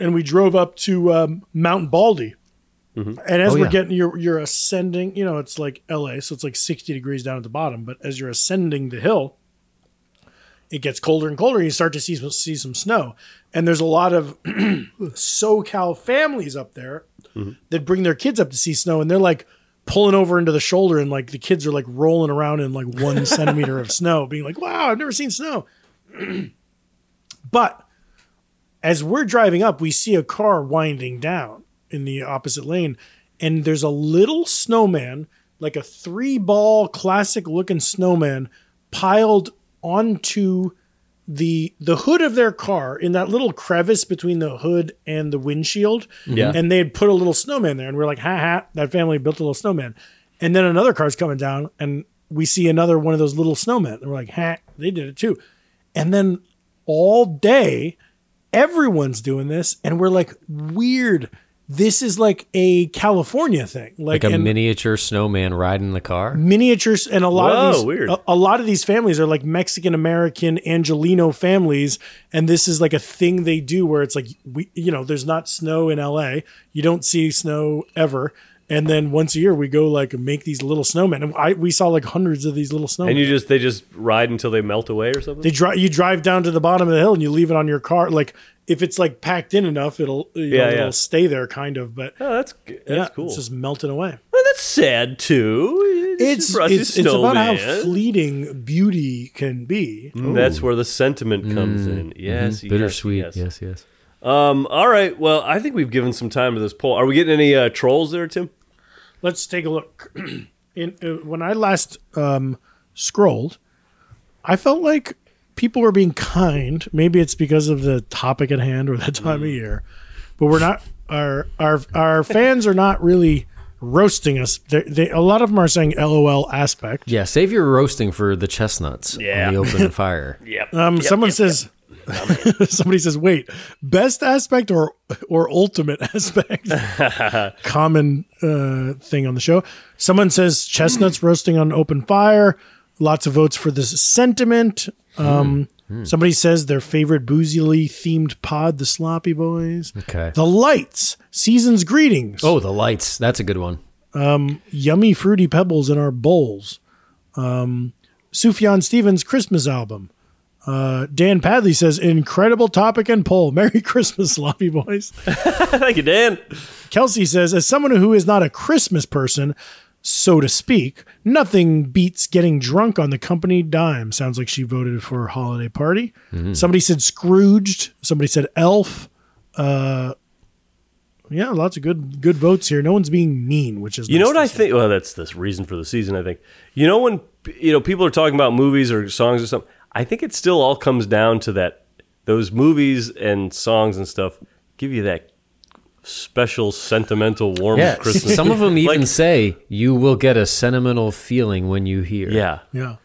S3: And we drove up to um, Mount Baldy. And as
S2: Oh,
S3: we're
S2: yeah.
S3: getting, you're, you're ascending, you know, it's like LA, so it's like 60 degrees down at the bottom. But as you're ascending the hill, it gets colder and colder. And you start to see, some- see some snow. And there's a lot of SoCal families up there that bring their kids up to see snow, and they're like, pulling over into the shoulder and like the kids are like rolling around in like one centimeter of snow, being like, wow, I've never seen snow. but as we're driving up, we see a car winding down in the opposite lane, and there's a little snowman, like a three ball classic looking snowman, piled onto the the hood of their car in that little crevice between the hood and the windshield.
S1: Yeah.
S3: And they had put a little snowman there, and we are like, ha ha, that family built a little snowman. And then another car's coming down, and we see another one of those little snowmen. And we're like, ha, they did it too. And then all day, everyone's doing this, and we're like, weird. This is like a California thing,
S2: Like
S3: like,
S2: a
S3: and
S2: miniature snowman riding the car.
S3: miniatures and a lot of
S1: Whoa,
S3: these
S1: weird.
S3: A, a lot of these families are like Mexican American Angelino families and this is like a thing they do where it's like we you know there's not snow in LA you don't see snow ever and then once a year we go like make these little snowmen and I we saw like hundreds of these little snowmen
S1: And you just they just ride until they melt away or something.
S3: they drive you drive down to the bottom of the hill and you leave it on your car like if it's like packed in enough it'll you know,
S1: Yeah, yeah.
S3: it'll stay there kind of but
S1: oh, that's g- that's
S3: yeah,
S1: cool.
S3: it's just melting away
S1: well, that's sad too.
S3: it's
S1: Frosty
S3: it's, it's about how
S1: Snowman.
S3: fleeting beauty can be.
S1: That's where the sentiment comes
S3: Mm-hmm.
S1: in. Yes, yes,
S2: Bittersweet.
S1: Yes.
S2: yes, yes.
S1: Um. All right. Well, I think we've given some time to this poll. Are we getting any uh, trolls there, Tim?
S3: Let's take a look. In, uh, when I last um, scrolled, I felt like people were being kind. Maybe it's because of the topic at hand or the time of year, but we're not. Our our our fans are not really roasting us. They, they a lot of them are saying "LOL" aspect.
S2: Yeah, save your roasting for the chestnuts
S1: Yeah.
S2: on the open fire.
S1: Yep.
S3: Um, someone says. Somebody says, "Wait, best aspect or or ultimate aspect?" Common uh, thing on the show. Someone says chestnuts roasting on open fire. Lots of votes for this sentiment.
S1: Hmm,
S3: Um, Somebody says their favorite boozily themed pod, the Sloppy Boys.
S2: Okay.
S3: The lights, season's greetings.
S2: Oh, the lights. That's a good one.
S3: yummy fruity pebbles in our bowls. Um, Sufjan Stevens Christmas album. Uh, Dan Padley says incredible topic and poll. Merry Christmas, sloppy boys.
S1: Thank you, Dan.
S3: Kelsey says as someone who is not a Christmas person, so to speak, nothing beats getting drunk on the company dime. Sounds like she voted for holiday party.
S1: Mm.
S3: Somebody said Scrooged. Somebody said Elf. Uh, yeah, lots of good good votes here. No one's being mean, which is
S1: You know what
S3: nice to
S1: I
S3: see.
S1: think? Well, that's the reason for the season. I think. You know when you know people are talking about movies or songs or something. I think it still all comes down to that. Those movies and songs and stuff give you that special sentimental warm
S2: Yeah.
S1: Christmas.
S2: Some of them even
S1: Like-
S2: say you will get a sentimental feeling when you hear.
S1: yeah,
S3: Yeah,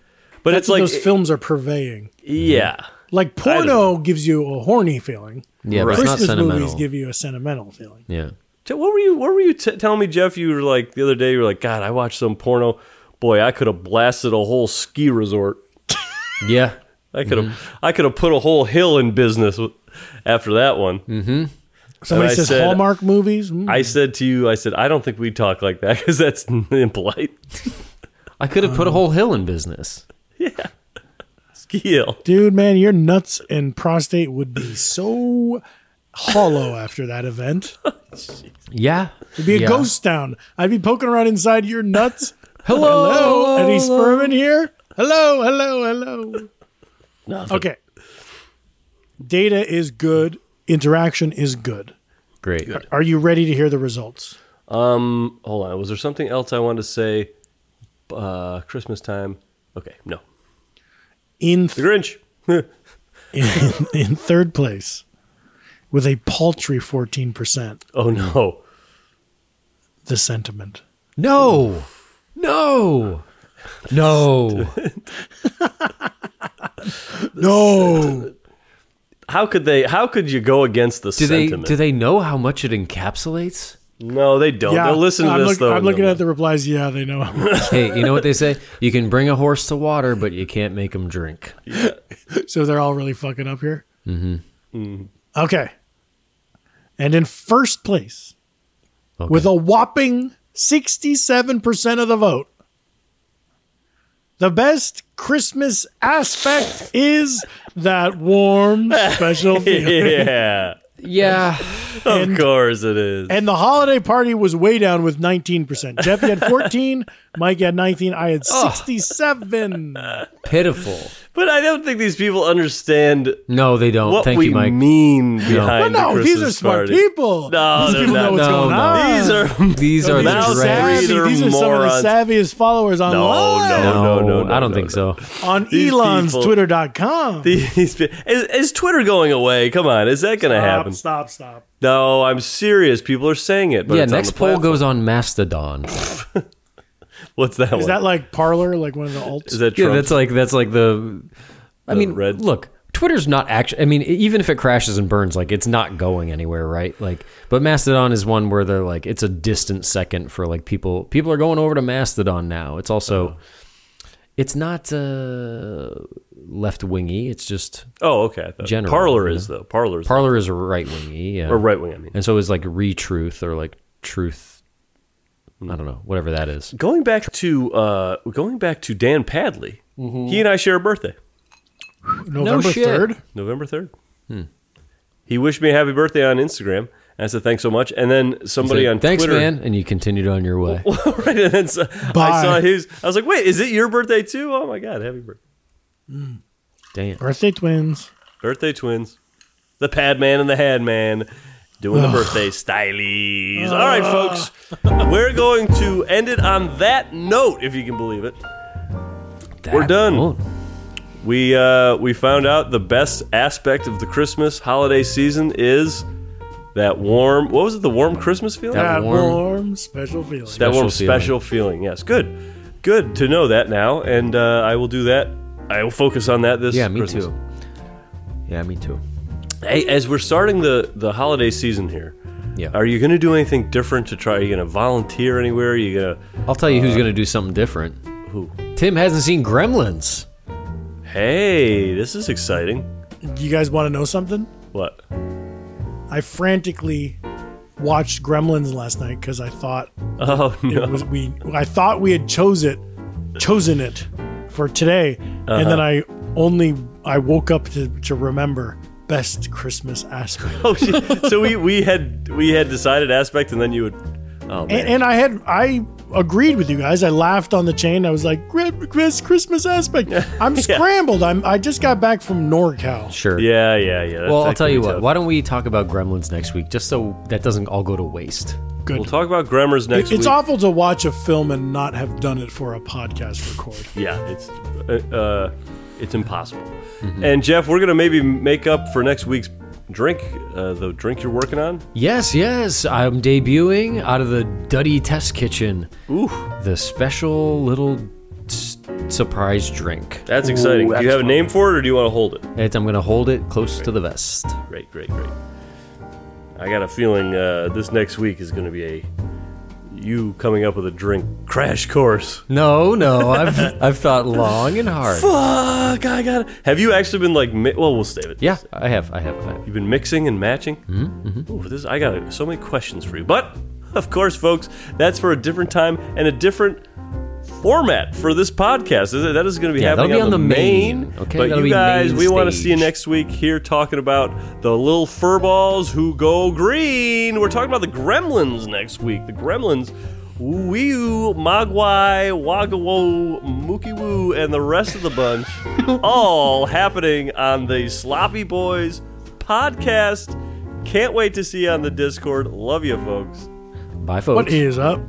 S1: but
S3: That's
S1: it's
S3: what
S1: like eh,
S3: those films are purveying.
S1: yeah.
S3: Like porno gives you a horny feeling.
S2: Yeah, but it's not
S3: Christmas movies
S2: sentimental.
S3: give you a sentimental feeling.
S2: yeah.
S1: Je- What were you? What were you t- telling me, Jeff? You were like the other day. You were like, God, I watched some porno. Boy, I could have blasted a whole ski resort.
S2: Yeah.
S1: I could have.
S2: Mm-hmm.
S1: I could have put a whole hill in business w- after that one.
S3: Somebody
S1: I
S3: says
S1: said-
S3: Hallmark movies. Mm.
S1: I said to you, I said, I don't think we talk like that because that's impolite.
S2: I could have put a whole hill in business.
S1: Ski hill.
S3: Dude, man, your nuts and prostate would be so hollow after that event.
S2: Yeah.
S3: It'd be a
S2: Yeah.
S3: ghost town. I'd be poking around inside your nuts.
S2: Hello.
S3: Hello, any sperm in here? Hello, hello, hello. Okay. Data is good. Interaction is good.
S2: Great.
S3: Are you ready to hear the results?
S1: Um, hold on. Was there something else I wanted to say? Uh, Christmas time. Okay, no.
S3: In
S1: The Grinch.
S3: in, in third place with a paltry 14%,
S1: oh no.
S3: the sentiment.
S2: No. No. No.
S3: No.
S1: Oh, How could they? How could you go against the
S2: Do they
S1: sentiment?
S2: do they know how much it encapsulates?
S1: no, they don't. They'll listen to
S3: I'm
S1: this
S3: look-
S1: though.
S3: I'm
S1: and
S3: looking
S1: they'll-
S3: at the replies. Yeah, they know.
S2: Hey, you know what they say? You can bring a horse to water, but you can't make him drink.
S3: so they're all really fucking up here. Mm-hmm. Okay. And in first place,
S2: Okay.
S3: with a whopping 67% of the vote, the best Christmas aspect is that warm, special feeling.
S1: yeah.
S2: Yeah.
S1: Of course it is.
S3: And the holiday party was way down with 19%. Jeff had 14, Mike had 19, I had
S1: Oh.
S3: 67.
S2: Pitiful.
S1: But I don't think these people understand
S2: No, they don't.
S1: what
S2: Thank
S1: we
S2: you, Mike.
S1: mean behind the
S3: no,
S1: Christmas
S3: these are smart
S1: party.
S3: people.
S1: No,
S3: these
S1: they're
S3: people know
S1: not.
S3: what's
S2: No,
S3: going
S2: no.
S3: on.
S1: These are
S2: These are
S3: These
S1: Now
S2: the
S3: are
S1: savvy.
S2: dregs.
S3: savvy. These are some of the
S1: morons.
S3: savviest followers online.
S1: no,
S2: No,
S1: no, no,
S2: I don't
S1: no,
S2: think
S1: no.
S2: so.
S3: On
S1: These
S3: Elon's
S1: people-
S3: Twitter.com.
S1: these. pe- Is, is Twitter going away? Come on, is that going to happen?
S3: Stop, stop, stop.
S1: No, I'm serious. People are saying it. But
S2: yeah,
S1: it's on
S2: next
S1: the
S2: poll
S1: platform.
S2: goes on Mastodon.
S1: What's that one?
S3: Is that like Parlor, like one of the alts?
S1: is that
S2: Yeah,
S1: Trump?
S2: that's like that's like the. I mean,
S1: red-
S2: look, Twitter's not actually. I mean, e-, even if it crashes and burns, like it's not going anywhere, right? Like, but Mastodon is one where they're like it's a distant second for like people. People are going over to Mastodon now. It's also,
S1: Uh-huh.
S2: it's not uh, left wingy. It's just
S1: oh, okay. I thought-
S2: General,
S1: Parlor is though. Parlor is
S2: Parlor is right wingy, yeah.
S1: or right wing. I mean,
S2: and so is like retruth or like truth. I don't know, whatever that is.
S1: going back to uh, going back to Dan Padley.
S2: Mm-hmm.
S1: He and I share a birthday,
S3: November
S2: shit.
S3: 3rd?
S1: November third.
S2: Hmm.
S1: He wished me a happy birthday on Instagram. And I said thanks so much, and then somebody
S2: Said,
S1: on
S2: Thanks,
S1: Twitter,
S2: man, and you continued on your way.
S1: right? And then so, I
S3: Bye.
S1: saw his. I was like, "Wait, is it your birthday too? Oh my god, happy birthday,
S2: Damn.
S3: Birthday twins.
S1: birthday twins, the Padman and the Hadman, doing the birthday stylies." All right, folks, we're going to end it on that note, if you can believe it. We're
S2: That
S1: done.
S2: won't-
S1: We uh, we found out the best aspect of the Christmas holiday season is that warm. What was it? The warm Christmas feeling.
S2: That
S3: That
S2: warm-
S3: warm, special feeling.
S1: that
S2: special
S1: warm special feeling. Yes, good, good to know that now, and uh, I will do that. I will focus on that this.
S2: Yeah, me
S1: Christmas.
S2: too. Yeah, me too.
S1: Hey, as we're starting the the holiday season here,
S2: Yeah.
S1: are you going to do anything different to try? Are you going to volunteer anywhere? Are you going
S2: I'll tell you who's going to do something different.
S1: to who?
S2: Tim hasn't seen Gremlins.
S1: Hey, this is exciting.
S3: You guys want to know something?
S1: What?
S3: I frantically watched Gremlins last night because I thought
S1: Oh no!
S3: it was we I thought we had chose it chosen it for today. And
S1: Uh-huh.
S3: then I only I woke up to, to remember best Christmas aspect.
S1: Oh, shit. so we we had we had decided aspect, and then you would. Oh man.
S3: and, and I had I agreed with you guys. I laughed on the chain. I was like, "Great Chris- Christmas aspect. I'm scrambled. I'm I just got back from NorCal.
S2: Sure.
S1: yeah, yeah, yeah. that's
S2: Well, I'll
S1: that
S2: tell
S1: can
S2: you
S1: be
S2: what.
S1: tough.
S2: Why don't we talk about Gremlins next week, just so that doesn't all go to waste?
S3: Good.
S1: We'll talk about grammars next
S3: it's
S1: week.
S3: awful to watch a film and not have done it for a podcast record.
S1: Yeah, it's uh, uh, it's impossible.
S2: Mm-hmm.
S1: And Jeff, we're gonna maybe make up for next week's drink, uh, the drink you're working on.
S2: Yes, yes. I'm debuting out of the Duddy Test Kitchen
S1: Ooh,
S2: the special little s- surprise drink.
S1: that's exciting. do you have a name for it, or do you want to hold it?
S2: It's, I'm going to hold it close to the vest.
S1: Great, great, great. I got a feeling uh, this next week is gonna be a you coming up with a drink crash course.
S2: No, no. I've I've thought long and hard.
S1: Fuck! I got. Have you actually been like? Mi- well, we'll save it.
S2: Yeah, I have. I have. I have.
S1: You've been mixing and matching. Mm-hmm. Ooh, this I got so many questions for you, but of course, folks, that's for a different time and a different format for this podcast. Is it- That is going to be
S2: Yeah,
S1: happening
S2: that'll
S1: on,
S2: be on
S1: the
S2: the
S1: main.
S2: main. Okay,
S1: but
S2: that'll
S1: you
S2: be
S1: guys,
S2: main
S1: we want to see you
S2: stage.
S1: next week here talking about the little furballs who go green. We're talking about the Gremlins next week. The Gremlins. Wee-oo, Mogwai, Wagawo, Mookie Woo, and the rest of the bunch, all happening on the Sloppy Boys podcast. Can't wait to see you on the Discord. Love you, folks.
S2: Bye, folks.
S3: What is up?